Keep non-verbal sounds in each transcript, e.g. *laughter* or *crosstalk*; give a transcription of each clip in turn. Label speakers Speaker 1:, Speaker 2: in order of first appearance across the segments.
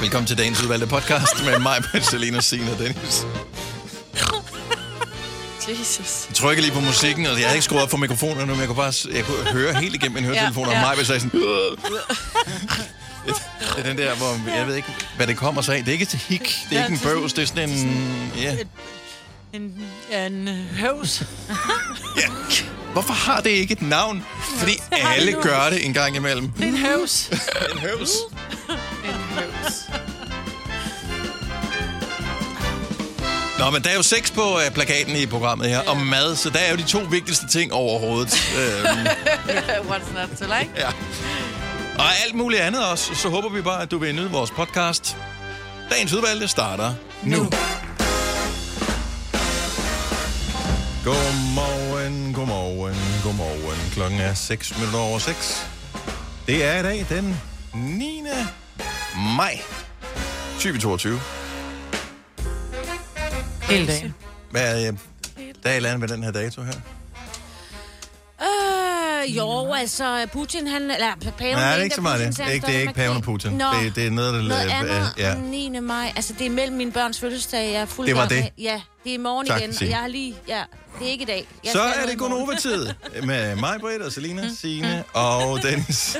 Speaker 1: velkommen til dagens udvalgte podcast med mig, *laughs* Selina, Signe og Dennis.
Speaker 2: Jesus.
Speaker 1: Jeg trykker lige på musikken, og jeg havde ikke skruet op for mikrofonerne, men jeg kunne bare s- jeg kunne høre helt igennem min høretelefon, og
Speaker 2: Ja, ja.
Speaker 1: mig sagde sådan... "Ugh." Det er den der, hvor jeg ved ikke, hvad det kommer sig af. Det er ikke et hik, det er ikke en bøvs, det er sådan en... Ja.
Speaker 3: En, en høvs.
Speaker 1: Ja. Hvorfor har det ikke et navn? Fordi
Speaker 3: har det
Speaker 1: alle
Speaker 3: nu.
Speaker 1: gør det en gang imellem.
Speaker 3: Det er en høvs.
Speaker 1: En høvs. Nå, men der er jo seks på øh, plakaten i programmet her, om mad, så der er jo de to vigtigste ting overhovedet. øhm,
Speaker 2: What's not to like?
Speaker 1: ja. Og alt muligt andet også, så håber vi bare, at du vil nyde vores podcast. Dagens udvalgte starter nu. nu. Godmorgen, godmorgen, godmorgen. Klokken er 6 minutter over 6. Det er i dag den 9. maj 2022.
Speaker 3: Hele dagen.
Speaker 1: Hvad er, øh, der er et eller andet med den her dato her?
Speaker 4: Øh, jo, altså Putin, han... Eller paven,
Speaker 1: Nej, det er
Speaker 4: han,
Speaker 1: ikke
Speaker 4: der
Speaker 1: så meget det.
Speaker 4: Putin
Speaker 1: Det er
Speaker 4: selv
Speaker 1: ikke- det er ikke paven og Putin.
Speaker 4: Nå,
Speaker 1: Det- det er noget, der-
Speaker 4: noget andet
Speaker 1: øh, ja.
Speaker 4: ja. 9. maj. Altså, det er mellem mine børns fødselsdag. Jeg er fuld
Speaker 1: Det var
Speaker 4: gang
Speaker 1: det.
Speaker 4: med- Ja, det er i morgen
Speaker 1: Tak,
Speaker 4: igen, og
Speaker 1: Signe.
Speaker 4: jeg har lige... Ja, det er ikke i dag. Jeg
Speaker 1: Så
Speaker 4: skal have
Speaker 1: er
Speaker 4: noget
Speaker 1: det
Speaker 4: i morgen. *laughs* Mm.
Speaker 1: Gonova-tid med mig, Britt og Selina, Signe og Dennis.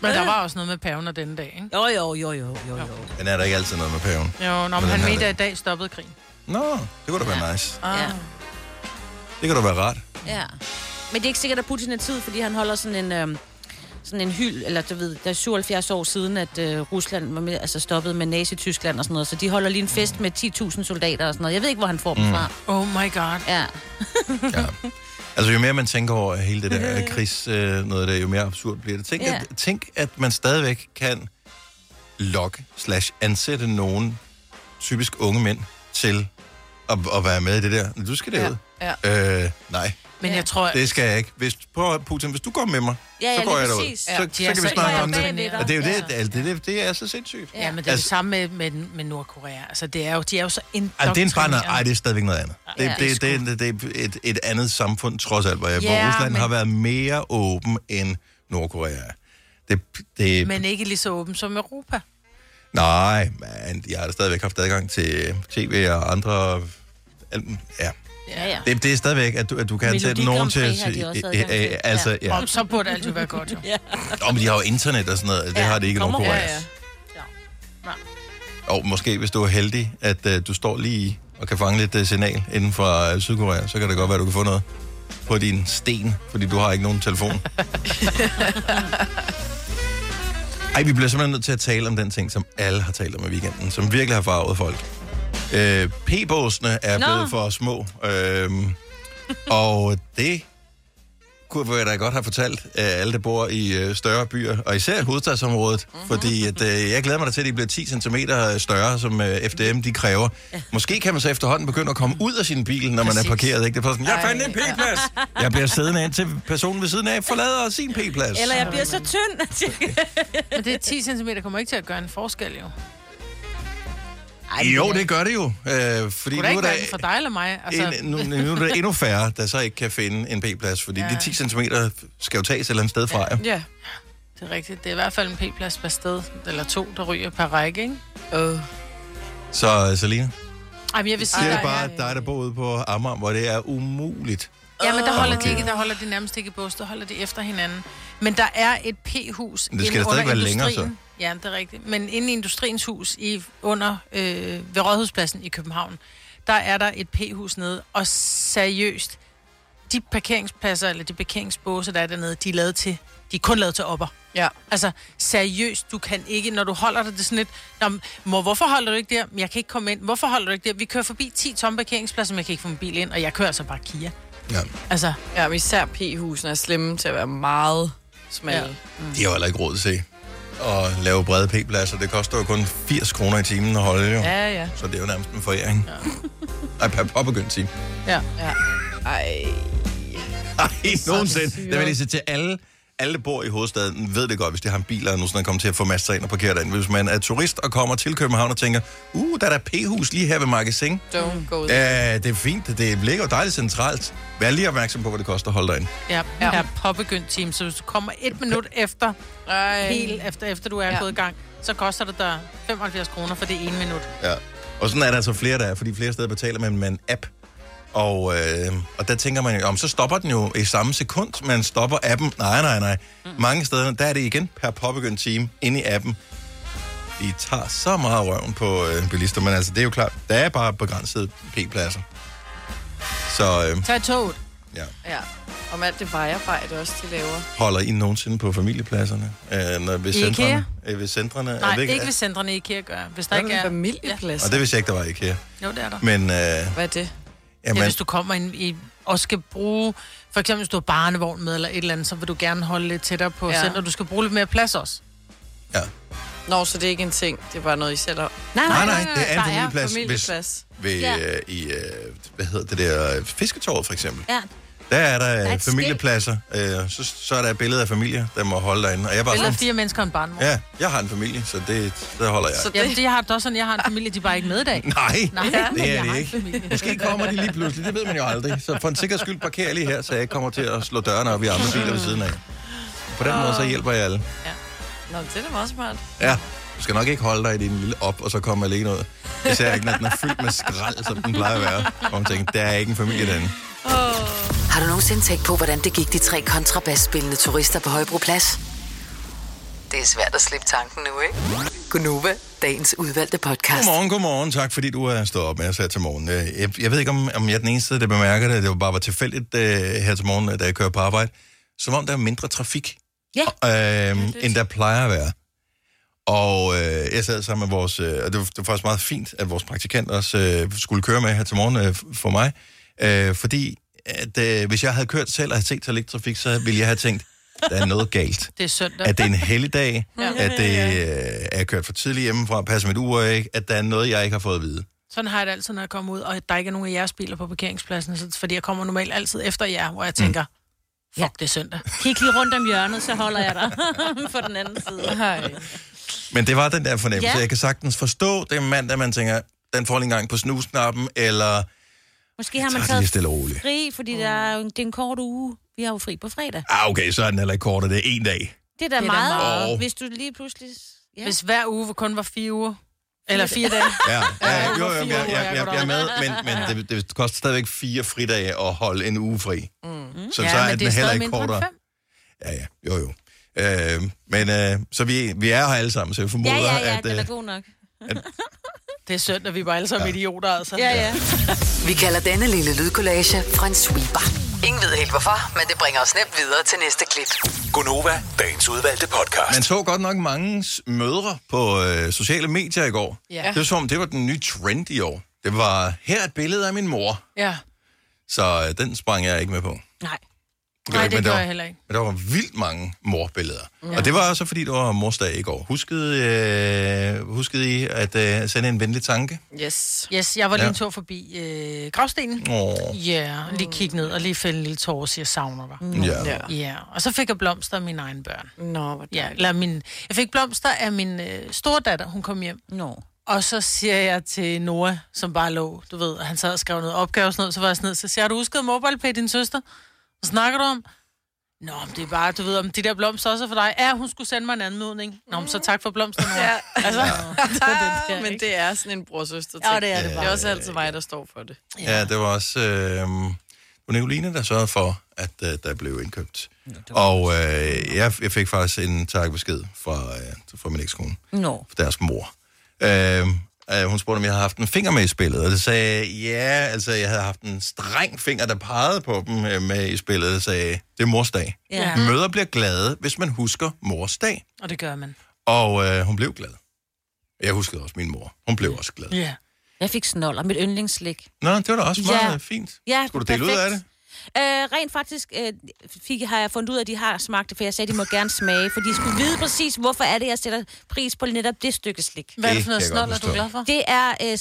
Speaker 3: Men der var også noget med paven og denne dag, ikke?
Speaker 4: Jo, jo, jo, jo, jo, jo.
Speaker 1: Men er der ikke altid noget med paven?
Speaker 3: Jo, når
Speaker 1: Hvordan
Speaker 3: han
Speaker 1: er
Speaker 3: mente,
Speaker 1: det?
Speaker 3: at i dag stoppede krigen.
Speaker 1: Nå, det kunne da være nice.
Speaker 4: Ja,
Speaker 1: Det kunne da være rart.
Speaker 4: Ah. ja. Men det er ikke sikkert, at Putin er tid, fordi han holder sådan en... Øhm, sådan en hyld, eller du ved, der er 77 år siden, at øh, Rusland var med, altså stoppede med Nazi-Tyskland og sådan noget, så de holder lige en fest med 10.000 soldater og sådan noget. Jeg ved ikke, hvor han får dem
Speaker 1: Mm.
Speaker 4: fra.
Speaker 3: Oh my god.
Speaker 4: Ja.
Speaker 1: Altså, jo mere man tænker over hele det
Speaker 4: *laughs*
Speaker 1: der krigs, øh, noget der, jo mere absurd bliver det. Tænk,
Speaker 4: Ja.
Speaker 1: at, tænk, at man stadigvæk kan lokke slash ansætte nogen, typisk unge mænd, til at, at være med i det der. Du skal derud.
Speaker 3: Ja.
Speaker 1: Ja. Øh, nej,
Speaker 3: Men jeg tror...
Speaker 1: det skal jeg ikke. Hvis, prøv, at- Putin, hvis du går med mig,
Speaker 4: Ja, ja,
Speaker 1: så går
Speaker 4: lige
Speaker 1: jeg derud.
Speaker 4: præcis.
Speaker 1: Så,
Speaker 3: Ja,
Speaker 1: så,
Speaker 3: de er
Speaker 1: kan vi
Speaker 3: så
Speaker 1: snakke om det.
Speaker 3: imponerende.
Speaker 1: Og det er jo
Speaker 4: Ja.
Speaker 1: det, det, det, det, det er så sindssygt.
Speaker 3: Ja, men det er
Speaker 1: Altså-
Speaker 3: det samme med, med, med Nordkorea. Altså, det er jo, de er jo så
Speaker 1: Ej, Altså, det er
Speaker 3: indoktrineret.
Speaker 1: en bare noget, ej, det er stadigvæk noget andet. Det,
Speaker 4: Ja.
Speaker 1: det, det, det, det er et, et andet samfund, trods alt, hvor, jeg, hvor
Speaker 3: Ja,
Speaker 1: Rusland
Speaker 3: men-
Speaker 1: har været mere åben end Nordkorea. er. Det, det,
Speaker 3: Men ikke lige så åben som Europa.
Speaker 1: Nej, men jeg har da stadigvæk haft adgang til tv og andre... alt- Ja,
Speaker 4: Ja, ja.
Speaker 1: det, det er stadigvæk, at du, at du kan
Speaker 4: Melodi
Speaker 1: ansætte nogen
Speaker 4: Grand
Speaker 1: til...
Speaker 4: Prix
Speaker 1: at
Speaker 4: har de
Speaker 1: sige-
Speaker 4: også
Speaker 1: øh,
Speaker 4: adgang til.
Speaker 1: øh, øh, Altså, ja.
Speaker 3: Om, så burde alt jo være godt, jo.
Speaker 1: Om de har jo internet og sådan noget, det
Speaker 4: Ja,
Speaker 1: har det ikke i
Speaker 4: kommer
Speaker 1: Nordkorea.
Speaker 3: Ja, ja.
Speaker 1: Og måske, hvis du er heldig, at øh, du står lige i og kan fange lidt øh, signal inden for øh, Sydkorea, så kan det godt være, at du kan få noget på din sten, fordi du har ikke nogen telefon. Ej, vi bliver simpelthen nødt til at tale om den ting, som alle har talt om i weekenden, som virkelig har farvet folk. Øh, P-båsene er
Speaker 4: Nå.
Speaker 1: blevet for små, øh, og det kunne jeg da godt have fortalt øh, alle, der bor i øh, større byer, og især hovedstadsområdet,
Speaker 3: Mhm.
Speaker 1: mm-hmm. fordi at, øh, jeg glæder mig da til, at de bliver 10 cm større, som øh, FDM de kræver. Måske kan man så efterhånden begynde at komme ud af sin bil, når man er
Speaker 3: Præcis.
Speaker 1: parkeret. Ikke? Det er bare sådan, jeg
Speaker 3: Ej,
Speaker 1: fandt en P-plads! Jeg bliver siddende ind til personen ved siden af, forlader sin P-plads.
Speaker 4: Eller jeg bliver så tynd, at jeg kan...
Speaker 3: Men det er 10 cm kommer ikke til at gøre en forskel, jo. Det
Speaker 4: *laughs* Ej,
Speaker 1: Jo, det gør det jo. Øh, fordi
Speaker 3: kunne
Speaker 1: nu
Speaker 3: da ikke
Speaker 1: er der,
Speaker 3: være den for dig eller mig. Altså,
Speaker 1: en, nu, nu er der endnu færre, der så ikke kan finde en P-plads, fordi ja.
Speaker 3: Ja.
Speaker 1: de 10 cm skal jo tages et eller andet sted fra. Ja.
Speaker 2: Ja.
Speaker 3: det er rigtigt. Det er i hvert fald en p-plads per sted, eller to, der ryger per række, ikke?
Speaker 2: Oh.
Speaker 1: Så øh, Selina,
Speaker 3: Ej, men jeg vil sige,
Speaker 1: det
Speaker 3: der
Speaker 1: er bare dig, der bor ude på Amager, hvor det er umuligt.
Speaker 3: Ja, men der holder
Speaker 1: Okay.
Speaker 3: de ikke, der holder de nærmest ikke i bås, der holder de efter hinanden. Men der er et P-hus
Speaker 1: Men det skal
Speaker 3: inde
Speaker 1: da
Speaker 3: under
Speaker 1: stadig være længere,
Speaker 3: industrien. Ja, det er rigtigt. Men inde i industriens hus i, under, øh, ved Rådhuspladsen i København, der er der et P-hus nede, og seriøst, de parkeringspladser, eller de parkeringsbåse, der er dernede, de er lavet til, de er kun lavet til opper.
Speaker 2: Ja.
Speaker 3: Altså, seriøst, du kan ikke, når du holder dig, det er sådan lidt, "Nå, men mor, hvorfor holder du ikke der? "Men Jeg kan ikke komme ind. Hvorfor holder du ikke der? Vi kører forbi 10 tomme parkeringspladser, men jeg kan ikke få min bil ind, og jeg kører altså bare Kia.
Speaker 1: Ja.
Speaker 3: Altså,
Speaker 2: Ja, men især P-husene er slemme til at være meget smalle.
Speaker 1: De har jo heller ikke råd til at lave brede P-pladser. Det koster jo kun 80 kroner i timen at holde, jo. Ja.
Speaker 3: ja, ja.
Speaker 1: Så det er jo nærmest en foræring. Ja. Ej, per påbegyndt time.
Speaker 3: Ja.
Speaker 2: Ja. Ej.
Speaker 1: Ej, nogensinde. Det vil jeg lige sige til alle alle der bor i hovedstaden ved det godt, hvis de har en bil, og nu sådan kommer til at få masser ind og parkere derinde. Hvis man er turist og kommer til København og tænker, uh, der er der p-hus lige her ved Magasin.
Speaker 2: Don't go there.
Speaker 1: Ja, det er fint. Det ligger jo dejligt centralt. Vær lige opmærksom på, hvad det koster at holde dig ind.
Speaker 3: Ja,
Speaker 2: Ja.
Speaker 3: ja. er påbegyndt time, så hvis du kommer et minut efter,
Speaker 2: Ej.
Speaker 3: helt efter, efter du er
Speaker 2: Ja.
Speaker 3: ja. gået i gang, så koster det dig 75 kroner for det ene minut.
Speaker 1: Ja. Og sådan er der altså flere, der er, fordi flere steder betaler man med en app. Og, øh, og der tænker man jo, om så stopper den jo i samme sekund, man stopper appen. Nej, nej, nej. Mange steder, der er det igen per påbegyndt time inde i appen. De tager så meget røven på øh, bilister, men altså, det er jo klart, der er bare begrænsede p-pladser. Så øh,
Speaker 3: Tag toget.
Speaker 1: ja,
Speaker 2: Ja. Om alt det vejarbejde også, de laver.
Speaker 1: holder I nogensinde på familiepladserne? Øh, når, ved
Speaker 3: I IKEA?
Speaker 1: centrene? Øh, ved centrene? Jeg
Speaker 3: Nej,
Speaker 1: ved
Speaker 3: ikke, ikke ved centrene i IKEA gør. Hvis der
Speaker 2: Der er
Speaker 3: ikke
Speaker 2: en
Speaker 3: er...
Speaker 2: familieplads.
Speaker 1: Og det vidste jeg ikke, der var IKEA.
Speaker 3: Jo, det er der.
Speaker 1: Men, øh,
Speaker 2: Hvad er det?
Speaker 3: Ja,
Speaker 1: jamen,
Speaker 3: hvis du kommer ind i, og skal bruge, for eksempel hvis du har barnevogn med eller et eller andet, så vil du gerne holde lidt tættere på
Speaker 2: Ja.
Speaker 3: ja. center. Du skal bruge lidt mere plads også.
Speaker 1: ja.
Speaker 2: Nå, så det er ikke en ting. Det er bare noget, I selv har.
Speaker 4: Nej,
Speaker 1: Nej,
Speaker 4: nej.
Speaker 1: nej, det er en
Speaker 3: der er
Speaker 1: familieplads. Hvis,
Speaker 2: Familieplads.
Speaker 1: ved,
Speaker 4: Ja.
Speaker 1: ja. øh, i, øh, hvad hedder det der, øh, fisketåret for eksempel.
Speaker 4: Ja.
Speaker 1: Der er der,
Speaker 4: er
Speaker 1: øh,
Speaker 4: et
Speaker 1: familiepladser, øh, så, så er der et billede af familier, der må holde derinde. Og jeg er bare
Speaker 3: Eller
Speaker 1: sådan,
Speaker 3: fire mennesker og en barnevogn. Ja.
Speaker 1: ja, jeg har en familie, så det, der holder jeg.
Speaker 2: Så
Speaker 1: Så...
Speaker 2: det,
Speaker 3: Jamen, det har det også sådan, jeg har en familie, de er bare ikke med i dag.
Speaker 1: Nej,
Speaker 3: Nej, men
Speaker 1: det
Speaker 3: jeg
Speaker 1: er
Speaker 3: har
Speaker 1: det
Speaker 3: en
Speaker 1: ikke.
Speaker 3: familie.
Speaker 1: Måske kommer de lige pludselig, det ved man jo aldrig. Så for en sikkerheds skyld parkerer jeg lige her, så jeg ikke kommer til at slå dørene op i andre biler ved siden af. På den måde, så hjælper jeg alle.
Speaker 2: Nå, det er da meget smart.
Speaker 1: Ja, du skal nok ikke holde dig i din lille op, og så komme alene ud. Især ikke, når den er fyldt med skrald, som den plejer at være. Og man tænker, der er ikke en familie derinde.
Speaker 5: Har du nogensinde tænkt på, hvordan det gik de tre kontrabasspillende turister på Højbroplads? Det er svært at slippe tanken nu, ikke? Gunova, dagens udvalgte podcast.
Speaker 1: Godmorgen, godmorgen. Tak, fordi du er stået op med os her til morgen. Øh, Jeg, jeg ved ikke, om, om jeg er den eneste, der bemærker det. Det var bare var tilfældigt øh, her til morgen, øh, da jeg kører på arbejde. Som om der er mindre trafik,
Speaker 4: Ja.
Speaker 1: øh, end der plejer at være. Og øh, jeg sad sammen med vores... Øh, og det, var, det var faktisk meget fint, at vores praktikant også øh, skulle køre med her til morgen øh, for mig. Øh, fordi at, øh, hvis jeg havde kørt selv og havde set så lidt trafik, så ville jeg have tænkt, der er noget galt
Speaker 3: Det er søndag.
Speaker 1: at det er en helligdag, ja. at det øh, er jeg kørt for tidligt hjemmefra, passer mit ur ikke, at der er noget, jeg ikke har fået at vide.
Speaker 3: Sådan har jeg det altid, når jeg kommer ud, og at der ikke er nogen af jeres biler på parkeringspladsen, så, fordi jeg kommer normalt altid efter jer, hvor jeg tænker, fuck,
Speaker 4: Ja.
Speaker 3: det er søndag.
Speaker 4: Kig lige rundt om hjørnet, så holder jeg dig *laughs* på den anden side.
Speaker 2: Hej.
Speaker 1: Men det var den der fornemmelse. Ja.
Speaker 4: Ja.
Speaker 1: Jeg kan sagtens forstå det er mandag, man tænker, den får lige en gang på snusknappen, eller
Speaker 4: Måske har man
Speaker 1: tager det lige
Speaker 4: taget
Speaker 1: stille og roligt.
Speaker 4: fri, fordi der er jo en, det er en kort uge. Vi har jo fri på fredag.
Speaker 1: Ah, okay, så er den heller ikke kortere. Det er en dag.
Speaker 4: Det er da
Speaker 3: Det er da
Speaker 4: meget,
Speaker 1: meget.
Speaker 4: hvis du lige pludselig... Ja.
Speaker 3: Hvis hver uge kun var fire uger, eller fire dage,
Speaker 1: Ja, ja jo, jo,
Speaker 3: hvorfor
Speaker 1: jeg,
Speaker 3: fire
Speaker 1: jeg,
Speaker 3: uger?
Speaker 1: jeg,
Speaker 3: Jeg
Speaker 1: jeg,
Speaker 3: går
Speaker 1: jeg er
Speaker 3: da
Speaker 1: med, men, men det, det koster stadigvæk fire fridage at holde en uge fri. Mm. Så,
Speaker 3: Mm-hmm.
Speaker 1: så
Speaker 3: ja,
Speaker 1: er
Speaker 3: men det
Speaker 1: den
Speaker 3: er
Speaker 1: heller
Speaker 3: stadig
Speaker 1: ikke
Speaker 3: mindre
Speaker 1: kortere.
Speaker 3: end fem.
Speaker 1: Ja, ja, jo, jo. Øh, men øh, så vi, vi er her alle sammen, så jeg formoder,
Speaker 4: Ja, ja, ja,
Speaker 1: at...
Speaker 4: den
Speaker 1: Øh,
Speaker 4: er god nok.
Speaker 3: Det er søndag, vi er bare alle sammen ja. idioter, altså.
Speaker 4: Ja, ja.
Speaker 5: Vi kalder denne lille lydkollage en sweeper. Ingen ved helt hvorfor, men det bringer os nemt videre til næste klip.
Speaker 6: Gunova, dagens udvalgte podcast.
Speaker 1: Man så godt nok mange s- mødre på øh, sociale medier i går.
Speaker 3: Ja.
Speaker 1: Det var som om, det var den nye trend i år. Det var, her er et billede af min mor.
Speaker 3: ja.
Speaker 1: Så øh, den sprang jeg ikke med på.
Speaker 4: Nej.
Speaker 3: Nej,
Speaker 1: ikke,
Speaker 3: det
Speaker 1: men
Speaker 3: gør
Speaker 1: der,
Speaker 3: jeg heller ikke.
Speaker 1: Men der var vildt mange morbilleder. Og det var også fordi, det var morsdag i går. Huskede, øh, huskede I at øh, sende en venlig tanke?
Speaker 2: Yes.
Speaker 3: Yes, jeg var lige
Speaker 1: Ja.
Speaker 3: en tur forbi øh, gravstenen.
Speaker 1: Åh,
Speaker 3: Ja, yeah, lige kigge ned og lige fælde en lille tårer og sige, jeg savner dig. Ja,
Speaker 1: ja.
Speaker 2: Ja.
Speaker 3: yeah. og så fik jeg blomster af mine egne børn.
Speaker 2: Nå, hvor
Speaker 3: Ja,
Speaker 2: dejligt.
Speaker 3: eller min, jeg fik blomster af min øh, stordatter, hun kom hjem.
Speaker 4: Nå.
Speaker 3: Og så siger jeg til Nora, som bare lå, du ved, og han sad og skrev noget opgave og sådan noget, så var jeg sådan noget, så siger jeg, har du husket MobilePay, din søster? Hvad snakker du om? Nå, men det er bare, du ved, om de der blomster også er for dig. Ja, hun skulle sende mig en anmodning. Nå, men så tak for blomsterne. Nora.
Speaker 2: Ja.
Speaker 3: Altså, *laughs* det er
Speaker 2: Ah,
Speaker 3: den
Speaker 2: *laughs*
Speaker 3: der,
Speaker 2: men
Speaker 3: ikke?
Speaker 2: det er sådan en brorsøster
Speaker 4: Ja, det er det
Speaker 2: Det er også altid mig, der står for det.
Speaker 3: Mm.
Speaker 1: Ja, det var også øh, Nicoline, der sørgede for, at øh, der blev indkøbt. Og øh, jeg, jeg fik faktisk en takkebesked fra, øh, fra min ekskone.
Speaker 4: Nå.
Speaker 1: for deres mor. Øh, øh, hun spurgte, om jeg havde haft en finger med i spillet, og det sagde jeg, ja, altså jeg havde haft en streng finger, der pegede på dem øh, med i spillet, og sagde, jeg, det er morsdag.
Speaker 4: Ja.
Speaker 1: Mm. Møder bliver glade, hvis man husker morsdag.
Speaker 3: Og det gør man.
Speaker 1: Og øh, hun blev glad. Jeg huskede også min mor. Hun blev også glad.
Speaker 3: Ja.
Speaker 4: Jeg fik snoller, mit yndlingsslik.
Speaker 1: Nå, det var da også meget
Speaker 4: Ja.
Speaker 1: fint.
Speaker 4: Ja,
Speaker 1: Skulle du dele ud af det?
Speaker 4: Øh, rent faktisk øh, fik, har jeg fundet ud af, at de har smagt det, for jeg sagde, at de må gerne smage, for de skulle vide præcis, hvorfor er det, jeg sætter pris på netop det stykke slik.
Speaker 3: Hvad er det
Speaker 1: Det
Speaker 3: for noget
Speaker 1: kan jeg godt
Speaker 3: snold, er du
Speaker 1: forstå.
Speaker 3: glad for?
Speaker 4: Det er øh,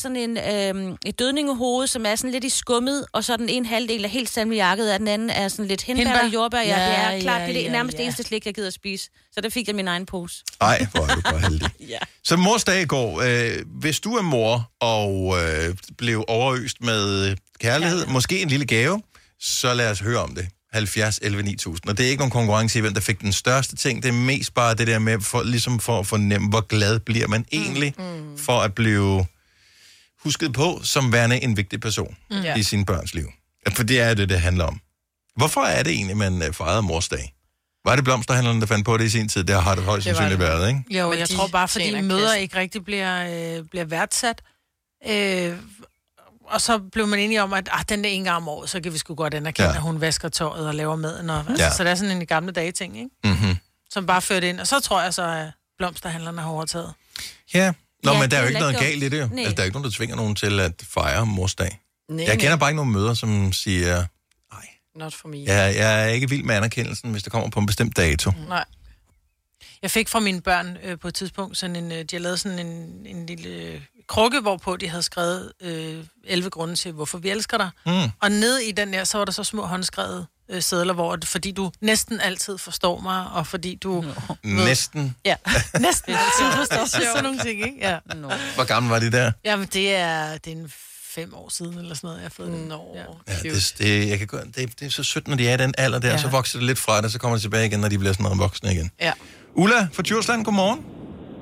Speaker 4: sådan en øh, et dødningehoved, som er sådan lidt i skummet, og så den ene halvdel er helt salmiakket, og den anden er sådan lidt hindbær,
Speaker 3: Hindbær?
Speaker 4: og jordbær. Ja, ja, det
Speaker 3: Ja,
Speaker 4: er klart,
Speaker 3: ja,
Speaker 4: det er
Speaker 3: ja,
Speaker 4: det nærmest
Speaker 3: ja.
Speaker 4: det eneste slik, jeg gider at spise. Så der fik jeg min egen pose.
Speaker 1: Ej, hvor er du bare *laughs* heldig.
Speaker 4: Ja.
Speaker 1: Så mors dag i går. Øh, hvis du er mor og øh, blev overøst med kærlighed, ja. måske en lille gave, så lad os høre om det. 70, 11, 9000. Og det er ikke nogen konkurrence i, hvem der fik den største ting. Det er mest bare det der med, for, ligesom for at fornemme, hvor glad bliver man egentlig mm. for at blive husket på som værende en vigtig person mm. i sine børns liv. Ja, For det er det, det handler om. Hvorfor er det egentlig, man øh, fejrer mors dag? Var det blomsterhandlerne, der fandt på det i sin tid? Det har det højst
Speaker 2: Det var
Speaker 1: sandsynligt
Speaker 2: det.
Speaker 1: været, ikke?
Speaker 3: Jo,
Speaker 2: Men
Speaker 3: jeg
Speaker 2: de
Speaker 3: tror bare, fordi
Speaker 2: tjener
Speaker 3: møder
Speaker 2: kassen.
Speaker 3: ikke rigtig bliver, øh, bliver værdsat. Øh, og så blev man enige om, at ah, den der en gang om året, så kan vi sgu godt anerkende,
Speaker 1: Ja.
Speaker 3: ja. at hun vasker tøjet og laver maden. Og, altså,
Speaker 1: Ja.
Speaker 3: ja. Så det er sådan en gamle dage ting, ikke?
Speaker 1: Mm-hmm.
Speaker 3: som bare førte ind. Og så tror jeg så, at blomsterhandlerne har overtaget.
Speaker 1: Ja. Nå,
Speaker 4: Ja,
Speaker 1: men der er jo
Speaker 4: det
Speaker 1: ikke
Speaker 4: er
Speaker 1: noget
Speaker 4: ikke
Speaker 1: galt i det. jo.
Speaker 4: Nej.
Speaker 1: Altså, der er ikke nogen, der tvinger nogen til at fejre mors dag.
Speaker 2: Nej,
Speaker 1: Jeg kender bare ikke nogen møder, som siger, nej,
Speaker 2: Not for me.
Speaker 1: jeg, jeg er ikke vild med anerkendelsen, hvis det kommer på en bestemt dato.
Speaker 2: Nej.
Speaker 3: Jeg fik fra mine børn øh, på et tidspunkt sådan en, øh, de havde lavet sådan en, en lille øh, krukke, hvorpå de havde skrevet øh, 11 grunde til, hvorfor vi elsker dig.
Speaker 1: Mm.
Speaker 3: Og ned i den der, så var der så små håndskrevet øh, sædler, hvor at- fordi du næsten altid forstår mig, og fordi du
Speaker 1: Næsten.
Speaker 3: ja, *laughs* næsten altid forstår mig. sådan nogle ting, ikke? Ja.
Speaker 4: No.
Speaker 1: Hvor gammel var de der?
Speaker 3: Jamen, det er, det er en fem år siden, eller sådan noget, jeg har fået den.
Speaker 2: Nå,
Speaker 3: Ja.
Speaker 1: Ja,
Speaker 2: cute.
Speaker 1: det, det, jeg kan gøre, det, det er så sødt, når de er i den alder der, ja.
Speaker 3: Ja.
Speaker 1: så vokser det lidt fra det, så kommer de tilbage igen, når de bliver sådan noget voksne igen.
Speaker 2: Ja.
Speaker 1: Ulla fra Djursland, godmorgen.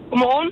Speaker 7: Godmorgen.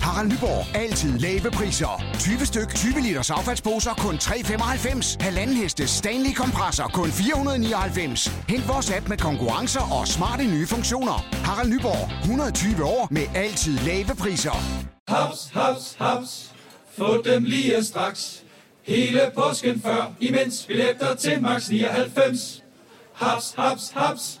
Speaker 8: Harald Nyborg. Altid lave priser. 20 styk, 20 liters affaldsposer kun 3,95. Halvanden heste Stanley kompresser, kun 499. Hent vores app med konkurrencer og smarte nye funktioner. Harald Nyborg. 120 år med altid lave priser.
Speaker 9: Haps, haps, haps. Få dem lige straks. Hele påsken før, imens billetter til max 99. Haps, haps, haps.